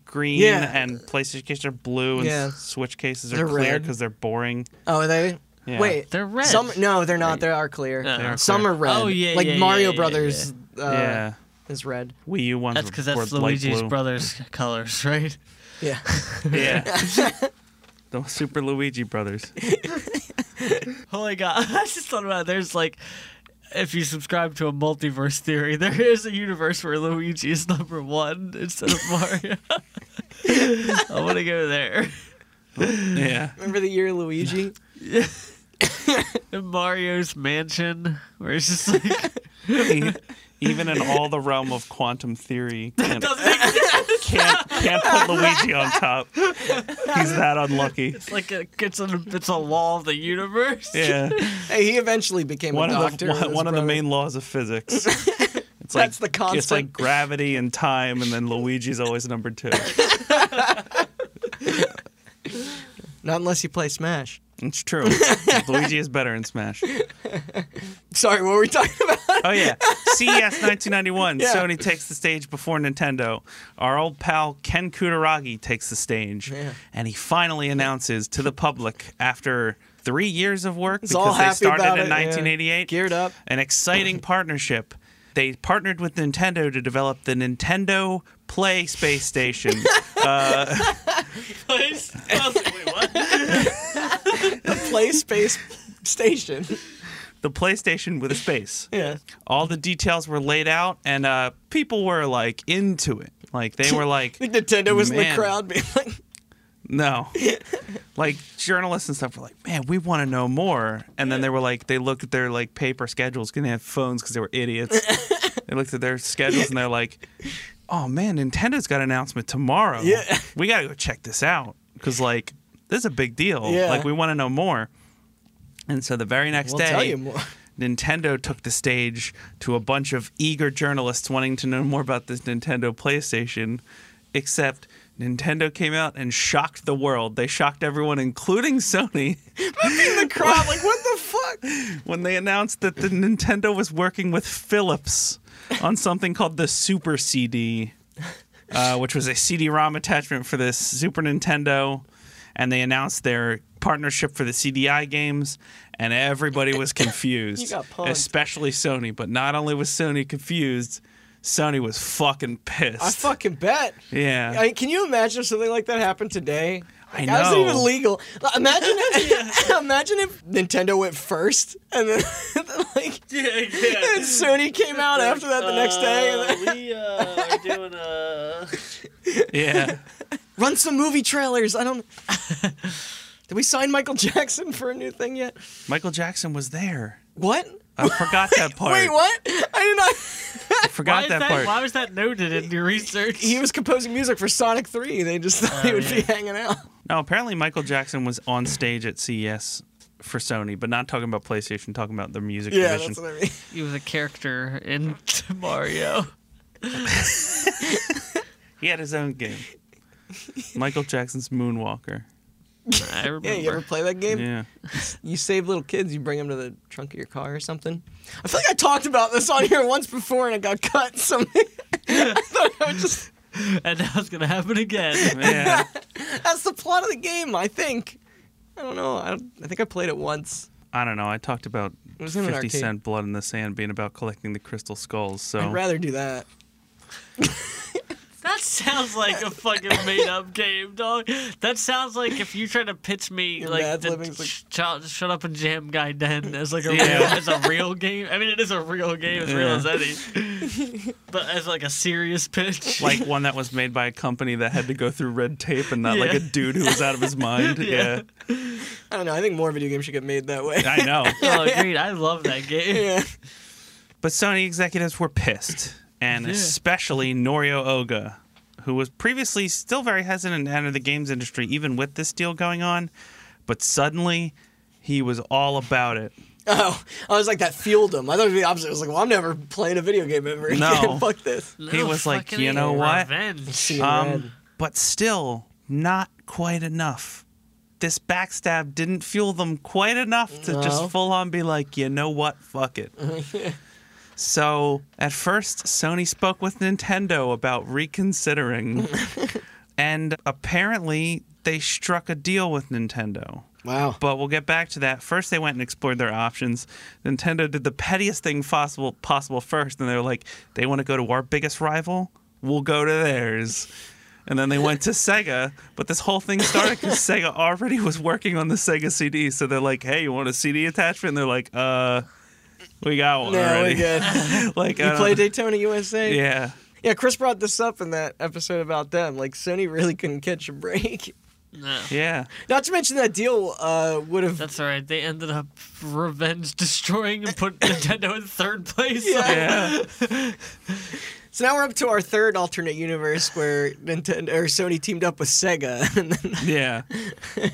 Speaker 4: green
Speaker 3: Yeah.
Speaker 4: and PlayStation cases are blue and
Speaker 3: Yeah.
Speaker 4: Switch cases are
Speaker 3: They're
Speaker 4: clear
Speaker 3: red.
Speaker 4: because they're boring.
Speaker 3: Oh, are they?
Speaker 4: Yeah.
Speaker 3: Wait.
Speaker 2: They're red.
Speaker 3: Some no, they're not. They are clear.
Speaker 2: Uh-uh. They
Speaker 4: are
Speaker 3: Some
Speaker 4: clear.
Speaker 3: are red.
Speaker 2: Oh, yeah,
Speaker 3: Like
Speaker 2: yeah, yeah,
Speaker 3: Mario
Speaker 2: yeah, yeah,
Speaker 3: Brothers Uh,
Speaker 4: yeah,
Speaker 3: is red.
Speaker 4: Wii U ones.
Speaker 2: That's
Speaker 4: because
Speaker 2: because that's
Speaker 4: were light
Speaker 2: Luigi's
Speaker 4: blue.
Speaker 2: brother's colors, right? [LAUGHS]
Speaker 3: Yeah.
Speaker 4: [LAUGHS]
Speaker 3: [LAUGHS]
Speaker 4: Yeah. The Super Luigi Brothers.
Speaker 2: Oh my god, [LAUGHS] I just thought about it. there's like. If you subscribe to a multiverse theory, there is a universe where Luigi is number one instead of Mario. [LAUGHS] I want to go there. [LAUGHS]
Speaker 4: Yeah.
Speaker 3: Remember the year [LAUGHS] Luigi?
Speaker 2: In Mario's mansion, where it's just like
Speaker 4: E, Even in all the realm of
Speaker 3: [LAUGHS]
Speaker 4: quantum theory, can't,
Speaker 2: doesn't exist.
Speaker 4: can't, can't put Luigi on top. He's
Speaker 3: [LAUGHS]
Speaker 4: that unlucky.
Speaker 2: It's like a, it's a it's a law of the universe. [LAUGHS]
Speaker 4: Yeah.
Speaker 3: hey, he eventually became
Speaker 4: one
Speaker 3: a
Speaker 4: of
Speaker 3: doctor.
Speaker 4: the one,
Speaker 3: his
Speaker 4: one of the
Speaker 3: brother.
Speaker 4: main laws of
Speaker 3: [LAUGHS]
Speaker 4: physics. It's
Speaker 3: That's the
Speaker 4: It's like
Speaker 3: constant.
Speaker 4: gravity and time, and then Luigi's always number two.
Speaker 3: Not unless you play Smash. [LAUGHS]
Speaker 4: It's true. Luigi is better in Smash.
Speaker 3: Sorry, what were we talking
Speaker 4: [LAUGHS]
Speaker 3: about?
Speaker 4: Oh yeah, CES 1991.
Speaker 3: Yeah.
Speaker 4: Sony takes the stage before Nintendo. Our old pal Ken Kutaragi takes the stage,
Speaker 3: Yeah.
Speaker 4: and he finally announces to the public after three years of work
Speaker 3: all
Speaker 4: because they
Speaker 3: happy
Speaker 4: started
Speaker 3: about
Speaker 4: in
Speaker 3: it, yeah.
Speaker 4: 1988.
Speaker 3: Geared up.
Speaker 4: an exciting partnership. They partnered with Nintendo to develop the Nintendo Play Space Station.
Speaker 2: Place- wait, what?
Speaker 3: Play Space Station.
Speaker 4: the PlayStation with a space.
Speaker 3: Yeah.
Speaker 4: All the details were laid out, and uh, people were like into it. Like they were like,
Speaker 3: I think Nintendo was in
Speaker 4: Man.
Speaker 3: the crowd being like,
Speaker 4: no. like journalists and stuff were like, man, we want to know more. And then they were like, they looked at their like paper schedules because they had phones because they were
Speaker 3: [LAUGHS]
Speaker 4: idiots. they looked at their schedules and they're like, oh man, Nintendo's got an announcement tomorrow.
Speaker 3: Yeah.
Speaker 4: we got to go check this out because like this is a big deal.
Speaker 3: Yeah.
Speaker 4: Like we want to know more. And so the very next
Speaker 3: we'll
Speaker 4: day,
Speaker 3: tell you more. [LAUGHS]
Speaker 4: Nintendo took the stage to a bunch of eager journalists wanting to know more about this Nintendo PlayStation, except Nintendo came out and shocked the world. They shocked everyone, including [LAUGHS] Sony.
Speaker 3: in the crowd, like, what the fuck?
Speaker 4: when they announced that the Nintendo was working with Philips on something called the Super CD, uh, which was a CD-ROM attachment for this Super Nintendo, and they announced their partnership for the CDI games, and everybody
Speaker 3: [COUGHS]
Speaker 4: was confused,
Speaker 3: You got punked.
Speaker 4: especially Sony. But not only was Sony confused, Sony was fucking pissed.
Speaker 3: I fucking bet.
Speaker 4: yeah.
Speaker 3: I mean, can you imagine if something like that happened today?
Speaker 4: I
Speaker 3: Like, How's it
Speaker 4: know.
Speaker 3: even legal? Like, Imagine
Speaker 4: [LAUGHS]
Speaker 3: if, [LAUGHS] imagine if Nintendo went first and then [LAUGHS] like
Speaker 2: yeah,
Speaker 3: [LAUGHS] and Sony came out after that the next day. And then,
Speaker 2: we uh, are doing uh, a.
Speaker 3: [LAUGHS]
Speaker 4: yeah.
Speaker 3: Run some movie trailers. I don't. [LAUGHS] Did we sign Michael Jackson for a new thing yet?
Speaker 4: Michael Jackson was there.
Speaker 3: What?
Speaker 4: I forgot that part.
Speaker 3: Wait, what? I did not.
Speaker 4: [LAUGHS] I forgot
Speaker 2: Why, is
Speaker 4: that, part.
Speaker 2: why was that noted in your research?
Speaker 3: He was composing music for Sonic 3. They just thought he
Speaker 2: Oh,
Speaker 3: would be
Speaker 2: yeah.
Speaker 3: hanging out.
Speaker 4: No, apparently Michael Jackson was on stage at CES for Sony, but not talking about PlayStation, talking about the music
Speaker 3: Yeah,
Speaker 4: division.
Speaker 3: that's what I mean.
Speaker 2: He was a character in [LAUGHS] Mario.
Speaker 4: He had his
Speaker 3: [LAUGHS]
Speaker 4: own game. Michael Jackson's Moonwalker.
Speaker 2: I remember.
Speaker 3: Yeah, you ever play that game? [LAUGHS]
Speaker 4: Yeah.
Speaker 3: You save little kids, you bring them to the trunk of your car or something. I feel like I talked about this on here once before and it got cut. So [LAUGHS] I thought I would just.
Speaker 2: and now it's gonna happen again.
Speaker 4: Yeah.
Speaker 3: That's the plot of the game, I think. I don't know. I, don't, I think I played it once.
Speaker 4: I don't know. I talked about
Speaker 3: was in an
Speaker 4: 50
Speaker 3: arcade.
Speaker 4: Cent Blood in the Sand being about collecting the crystal skulls, so
Speaker 3: I'd rather do that.
Speaker 2: That sounds like a fucking made up game, dog. That sounds like if you try to pitch me
Speaker 3: Your
Speaker 2: like
Speaker 3: Mad
Speaker 2: the
Speaker 3: Libby's like-
Speaker 2: ch- ch- shut up and jam guy den as like a real,
Speaker 4: Yeah.
Speaker 2: as a real game. I mean, it is a real game, as real
Speaker 4: Yeah.
Speaker 2: as any. But as like a serious pitch,
Speaker 4: [LAUGHS] [LAUGHS] like one that was made by a company that had to go through red tape and not like
Speaker 2: Yeah.
Speaker 4: a dude who was out of
Speaker 3: [LAUGHS]
Speaker 4: his mind.
Speaker 2: Yeah.
Speaker 4: yeah.
Speaker 3: I don't know. I think more video games should get made that way.
Speaker 4: I know.
Speaker 2: [LAUGHS] oh, agreed. I love that game.
Speaker 3: [LAUGHS] yeah.
Speaker 4: But Sony executives were pissed, and
Speaker 2: Yeah.
Speaker 4: especially Norio Oga, who was previously still very hesitant to enter the games industry, even with this deal going on. But suddenly, he was all about it.
Speaker 3: Oh, I was like that fueled him. I thought it would be the opposite. I was like, well, I'm never playing a video game ever again.
Speaker 4: No.
Speaker 3: [LAUGHS]
Speaker 4: Um,
Speaker 3: Fuck this.
Speaker 4: He was like, "You know what? [LAUGHS]
Speaker 2: Revenge.
Speaker 3: See you, man.
Speaker 4: Um, but still, not quite enough. This backstab didn't fuel them quite enough to
Speaker 3: No.
Speaker 4: just full on be like, you know what, fuck it. so at first, Sony spoke with Nintendo about reconsidering, and apparently they struck a deal with Nintendo.
Speaker 3: Wow.
Speaker 4: But we'll get back to that. First, they went and explored their options. Nintendo did the pettiest thing possible, possible first, and they were like, they want to go to our biggest rival? We'll go to theirs. And then they went to Sega, but this whole thing
Speaker 3: [LAUGHS]
Speaker 4: started because Sega already was working on the Sega CD. So they're like, hey, you want a CD attachment? And they're like, uh, we got one
Speaker 3: No,
Speaker 4: already.
Speaker 3: we're good.
Speaker 4: [LAUGHS] like,
Speaker 3: You
Speaker 4: uh,
Speaker 3: play Daytona USA?
Speaker 4: Yeah.
Speaker 3: Yeah, Chris brought this up in that episode about them. Like, Sony really couldn't catch a break. [LAUGHS]
Speaker 2: No.
Speaker 4: Yeah.
Speaker 3: Not to mention that deal uh, would have.
Speaker 2: That's all right. They ended up revenge destroying and
Speaker 3: [LAUGHS]
Speaker 2: put Nintendo in third place.
Speaker 3: Yeah.
Speaker 4: Yeah.
Speaker 3: So now we're up to our third alternate universe where Nintendo or Sony teamed up with Sega. [LAUGHS] And then,
Speaker 4: Yeah.
Speaker 2: [LAUGHS]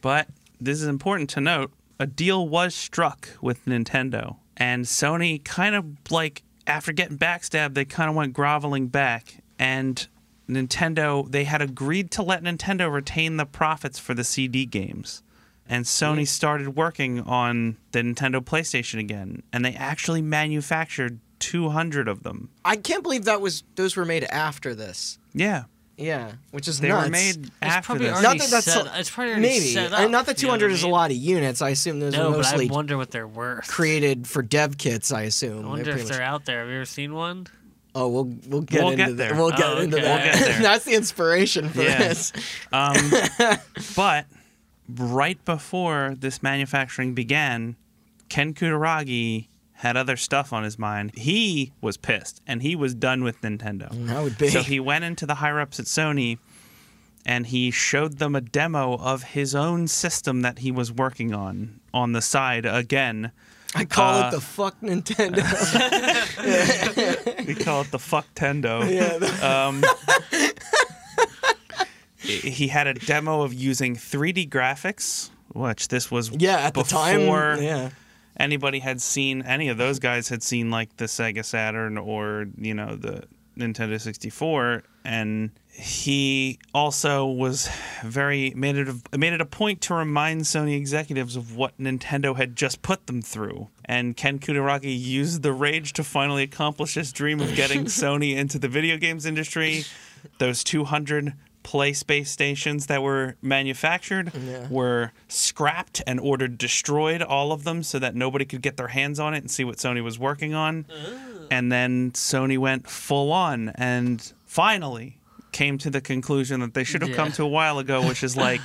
Speaker 4: but this is important to note a deal was struck with Nintendo, and Sony kind of like, after getting backstabbed, they kind of went groveling back. And Nintendo, they had agreed to let Nintendo retain the profits for the CD games. And Sony started working on the Nintendo PlayStation again, and they actually manufactured 200 of them.
Speaker 3: I can't believe that was those were made after this.
Speaker 4: Yeah.
Speaker 3: Yeah, which is
Speaker 4: They
Speaker 3: nuts.
Speaker 4: were made
Speaker 2: It's
Speaker 4: after
Speaker 2: probably
Speaker 4: this.
Speaker 2: already
Speaker 3: Not that that's
Speaker 2: set,
Speaker 3: a-
Speaker 2: it's probably already
Speaker 3: Maybe.
Speaker 2: set
Speaker 3: I mean,
Speaker 2: up,
Speaker 3: not that
Speaker 2: you know what
Speaker 3: 200 is
Speaker 2: I
Speaker 3: a
Speaker 2: mean?
Speaker 3: lot of units. I assume those
Speaker 2: No,
Speaker 3: are
Speaker 2: but I
Speaker 3: mostly
Speaker 2: wonder what they're worth.
Speaker 3: created for dev kits. I assume.
Speaker 2: I
Speaker 3: They're
Speaker 2: wonder
Speaker 3: pretty
Speaker 2: if
Speaker 3: much-
Speaker 2: they're out there. Have you ever seen one?
Speaker 3: Oh, we'll we'll get
Speaker 4: We'll
Speaker 3: into
Speaker 4: get
Speaker 3: that.
Speaker 4: there.
Speaker 3: We'll get
Speaker 2: Oh,
Speaker 3: into
Speaker 2: okay.
Speaker 3: that.
Speaker 4: We'll get
Speaker 3: [LAUGHS]
Speaker 4: there.
Speaker 3: That's the inspiration for
Speaker 4: Yeah.
Speaker 3: this.
Speaker 4: Um, but right before this manufacturing began, Ken Kutaragi had other stuff on his mind. He was pissed and he was done with Nintendo.
Speaker 3: Mm, That would be.
Speaker 4: So he went into the higher ups at Sony and he showed them a demo of his own system that he was working on on the side again.
Speaker 3: I call
Speaker 4: uh,
Speaker 3: it the fuck
Speaker 4: [LAUGHS]
Speaker 3: Nintendo. [LAUGHS]
Speaker 4: We call it the fuck
Speaker 3: [LAUGHS]
Speaker 4: Tendo.
Speaker 3: yeah, the-
Speaker 4: Um, he had a demo of using 3D graphics, which this was
Speaker 3: yeah. At the time,
Speaker 4: before
Speaker 3: yeah,
Speaker 4: anybody had seen any of those guys had seen like the Sega Saturn or you know the Nintendo 64, and he also was very made it a, made it a point to remind Sony executives of what Nintendo had just put them through. And Ken Kutaragi used the rage to finally accomplish his dream of getting Sony into the video games industry. Those 200 play space stations that were manufactured
Speaker 3: Yeah.
Speaker 4: were scrapped and ordered destroyed all of them so that nobody could get their hands on it and see what Sony was working on.
Speaker 3: Oh.
Speaker 4: And then Sony went full on and finally came to the conclusion that they should have come
Speaker 2: Yeah.
Speaker 4: to a while ago, which
Speaker 3: [LAUGHS]
Speaker 4: is like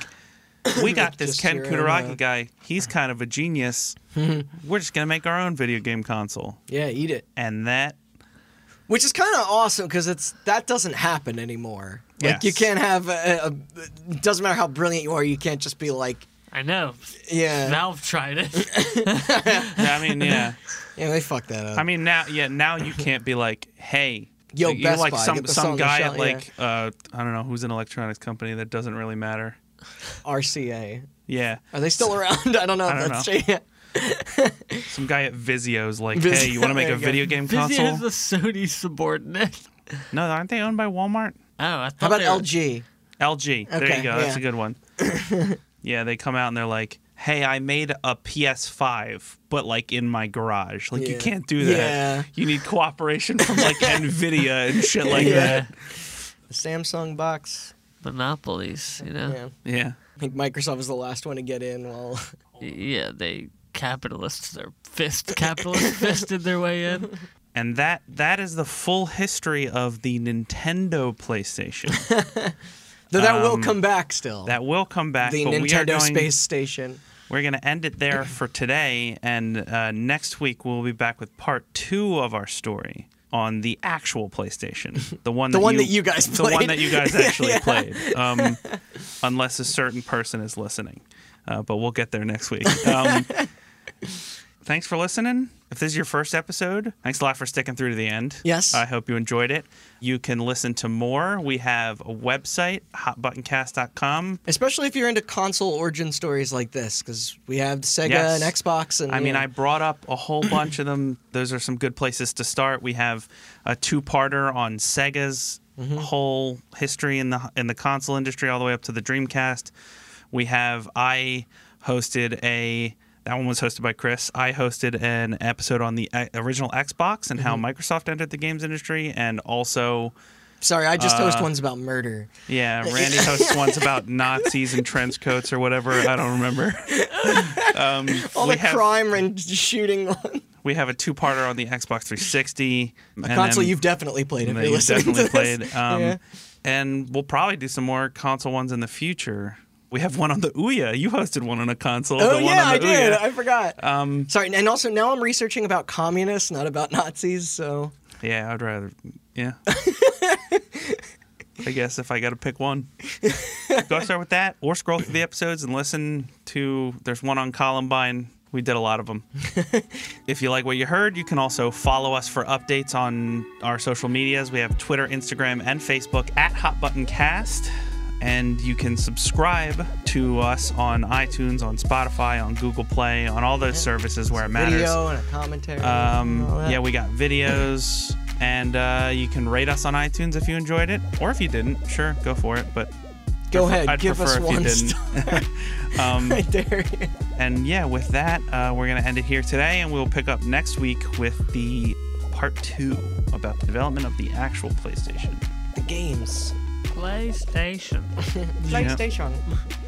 Speaker 4: we got this
Speaker 3: Just
Speaker 4: Ken
Speaker 3: your own, uh,
Speaker 4: Kutaragi guy.
Speaker 3: [LAUGHS]
Speaker 4: He's kind of a genius. We're just going to make our own video game console.
Speaker 3: Yeah, eat it.
Speaker 4: And that
Speaker 3: Which is kind of awesome because it's that doesn't happen anymore. Like
Speaker 4: Yes.
Speaker 3: you can't have a, a, it doesn't matter how brilliant you are, you can't just be like,
Speaker 2: I know.
Speaker 3: yeah,
Speaker 2: Valve tried [LAUGHS] it.
Speaker 4: I mean, yeah.
Speaker 3: yeah, they fucked that up.
Speaker 4: I mean, now, yeah, now you can't be like, hey,
Speaker 3: Yo,
Speaker 4: you're
Speaker 3: Best
Speaker 4: like
Speaker 3: Buy,
Speaker 4: some
Speaker 3: get the
Speaker 4: some
Speaker 3: song to
Speaker 4: guy
Speaker 3: shell,
Speaker 4: at
Speaker 3: yeah.
Speaker 4: like uh, I don't know who's an electronics company that doesn't really matter.
Speaker 3: RCA.
Speaker 4: Yeah,
Speaker 3: Are they still [LAUGHS] around? I don't know. if
Speaker 4: I don't
Speaker 3: that's
Speaker 4: know.
Speaker 3: Yeah.
Speaker 4: some guy at Vizio's like,
Speaker 3: Vizio,
Speaker 4: hey, you want to
Speaker 3: [LAUGHS]
Speaker 4: make
Speaker 3: there
Speaker 4: a
Speaker 3: you go.
Speaker 4: video game
Speaker 2: Busy
Speaker 4: console?
Speaker 2: is the Sony subordinate. [LAUGHS]
Speaker 4: No, aren't they owned by Walmart?
Speaker 2: Oh, I
Speaker 3: How
Speaker 2: thought
Speaker 3: about
Speaker 2: they were-
Speaker 3: LG?
Speaker 4: LG. there
Speaker 3: Okay,
Speaker 4: you go.
Speaker 3: yeah.
Speaker 4: That's a
Speaker 3: [LAUGHS]
Speaker 4: good one. yeah, they come out and they're like, "Hey, I made a PS5, but like in my garage. Like
Speaker 3: Yeah.
Speaker 4: you can't do that.
Speaker 3: Yeah.
Speaker 4: You need cooperation
Speaker 3: [LAUGHS]
Speaker 4: from like Nvidia and shit like
Speaker 3: Yeah.
Speaker 4: that."
Speaker 3: The Samsung box.
Speaker 2: monopolies, you know?
Speaker 3: Yeah.
Speaker 4: Yeah.
Speaker 3: I think Microsoft was the last one to get in. While [LAUGHS]
Speaker 2: Yeah, they capitalists, their fist, capitalist fisted their way in.
Speaker 4: And that that is the full history of the Nintendo PlayStation.
Speaker 3: though that will
Speaker 4: Um,
Speaker 3: come back still.
Speaker 4: that will come back.
Speaker 3: the
Speaker 4: but we are
Speaker 3: Nintendo
Speaker 4: going,
Speaker 3: Space Station.
Speaker 4: We're going to end it there for today, and uh, next week we'll be back with part two of our story on the actual PlayStation, the
Speaker 3: [LAUGHS]
Speaker 4: one
Speaker 3: The
Speaker 4: that
Speaker 3: one
Speaker 4: you,
Speaker 3: that you guys
Speaker 4: the one
Speaker 3: played.
Speaker 4: that
Speaker 3: [LAUGHS]
Speaker 4: you guys actually played, um, unless a certain person is listening. Uh, but we'll get there next week.
Speaker 3: [LAUGHS]
Speaker 4: Um, thanks for listening. If this is your first episode, thanks a lot for sticking through to the end.
Speaker 3: Yes.
Speaker 4: I hope you enjoyed it. You can listen to more. We have a website, hotbuttoncast.com.
Speaker 3: Especially if you're into console origin stories like this, because we have Sega
Speaker 4: Yes.
Speaker 3: and Xbox. And
Speaker 4: I mean,
Speaker 3: yeah.
Speaker 4: I brought up a whole bunch of them. [CLEARS THROAT] Those are some good places to start. We have a two-parter on Sega's
Speaker 3: Mm-hmm.
Speaker 4: whole history in the in the console industry, all the way up to the Dreamcast. We have I hosted a that one was hosted by Chris. I hosted an episode on the uh, original Xbox and
Speaker 3: Mm-hmm.
Speaker 4: how Microsoft entered the games industry, and also.
Speaker 3: sorry, I just
Speaker 4: uh,
Speaker 3: host ones about murder. [LAUGHS]
Speaker 4: Yeah, Randy hosts ones about Nazis and trench coats or whatever. I don't remember. [LAUGHS] Um,
Speaker 3: All
Speaker 4: we
Speaker 3: the
Speaker 4: have-
Speaker 3: crime and shooting one.
Speaker 4: we have a two-parter on the Xbox 360. and
Speaker 3: [LAUGHS]
Speaker 4: then-
Speaker 3: console you've definitely played if
Speaker 4: that
Speaker 3: you're
Speaker 4: you've
Speaker 3: listening
Speaker 4: definitely
Speaker 3: to this. [LAUGHS]
Speaker 4: played. Um,
Speaker 3: Yeah.
Speaker 4: And we'll probably do some more console ones in the future. We have one on the Ouya. You hosted one on a console. the Uh,
Speaker 3: Oh
Speaker 4: one
Speaker 3: yeah,
Speaker 4: on
Speaker 3: I
Speaker 4: the
Speaker 3: did.
Speaker 4: Ouya.
Speaker 3: I forgot. Um, Sorry, and also now I'm researching about communists, not about Nazis. So
Speaker 4: Yeah, I'd rather.
Speaker 3: [LAUGHS]
Speaker 4: Yeah. I guess if I got to pick one, go start with that, or scroll through the episodes and listen to. There's one on Columbine. We did a lot
Speaker 3: [LAUGHS]
Speaker 4: of them. if you like what you heard, you can also follow us for updates on our social medias. We have Twitter, Instagram, and Facebook at Hot Button Cast. And you can subscribe to us on iTunes, on Spotify, on Google Play, on all those services where it matters.
Speaker 3: video and a commentary. and
Speaker 4: Um,
Speaker 3: all that.
Speaker 4: yeah, we got videos, and uh, you can rate us on iTunes if you enjoyed it, or if you didn't, sure, go for it. But
Speaker 3: go
Speaker 4: prefer-
Speaker 3: ahead,
Speaker 4: I'd
Speaker 3: give us
Speaker 4: prefer if you
Speaker 3: one [LAUGHS]
Speaker 4: didn't.
Speaker 3: star.
Speaker 4: um,
Speaker 3: I dare you.
Speaker 4: [LAUGHS] and yeah, with that, uh, we're gonna end it here today, and we'll pick up next week with the part two about the development of the actual PlayStation.
Speaker 3: [LAUGHS] The games.
Speaker 2: PlayStation.
Speaker 4: PlayStation.
Speaker 3: PlayStation.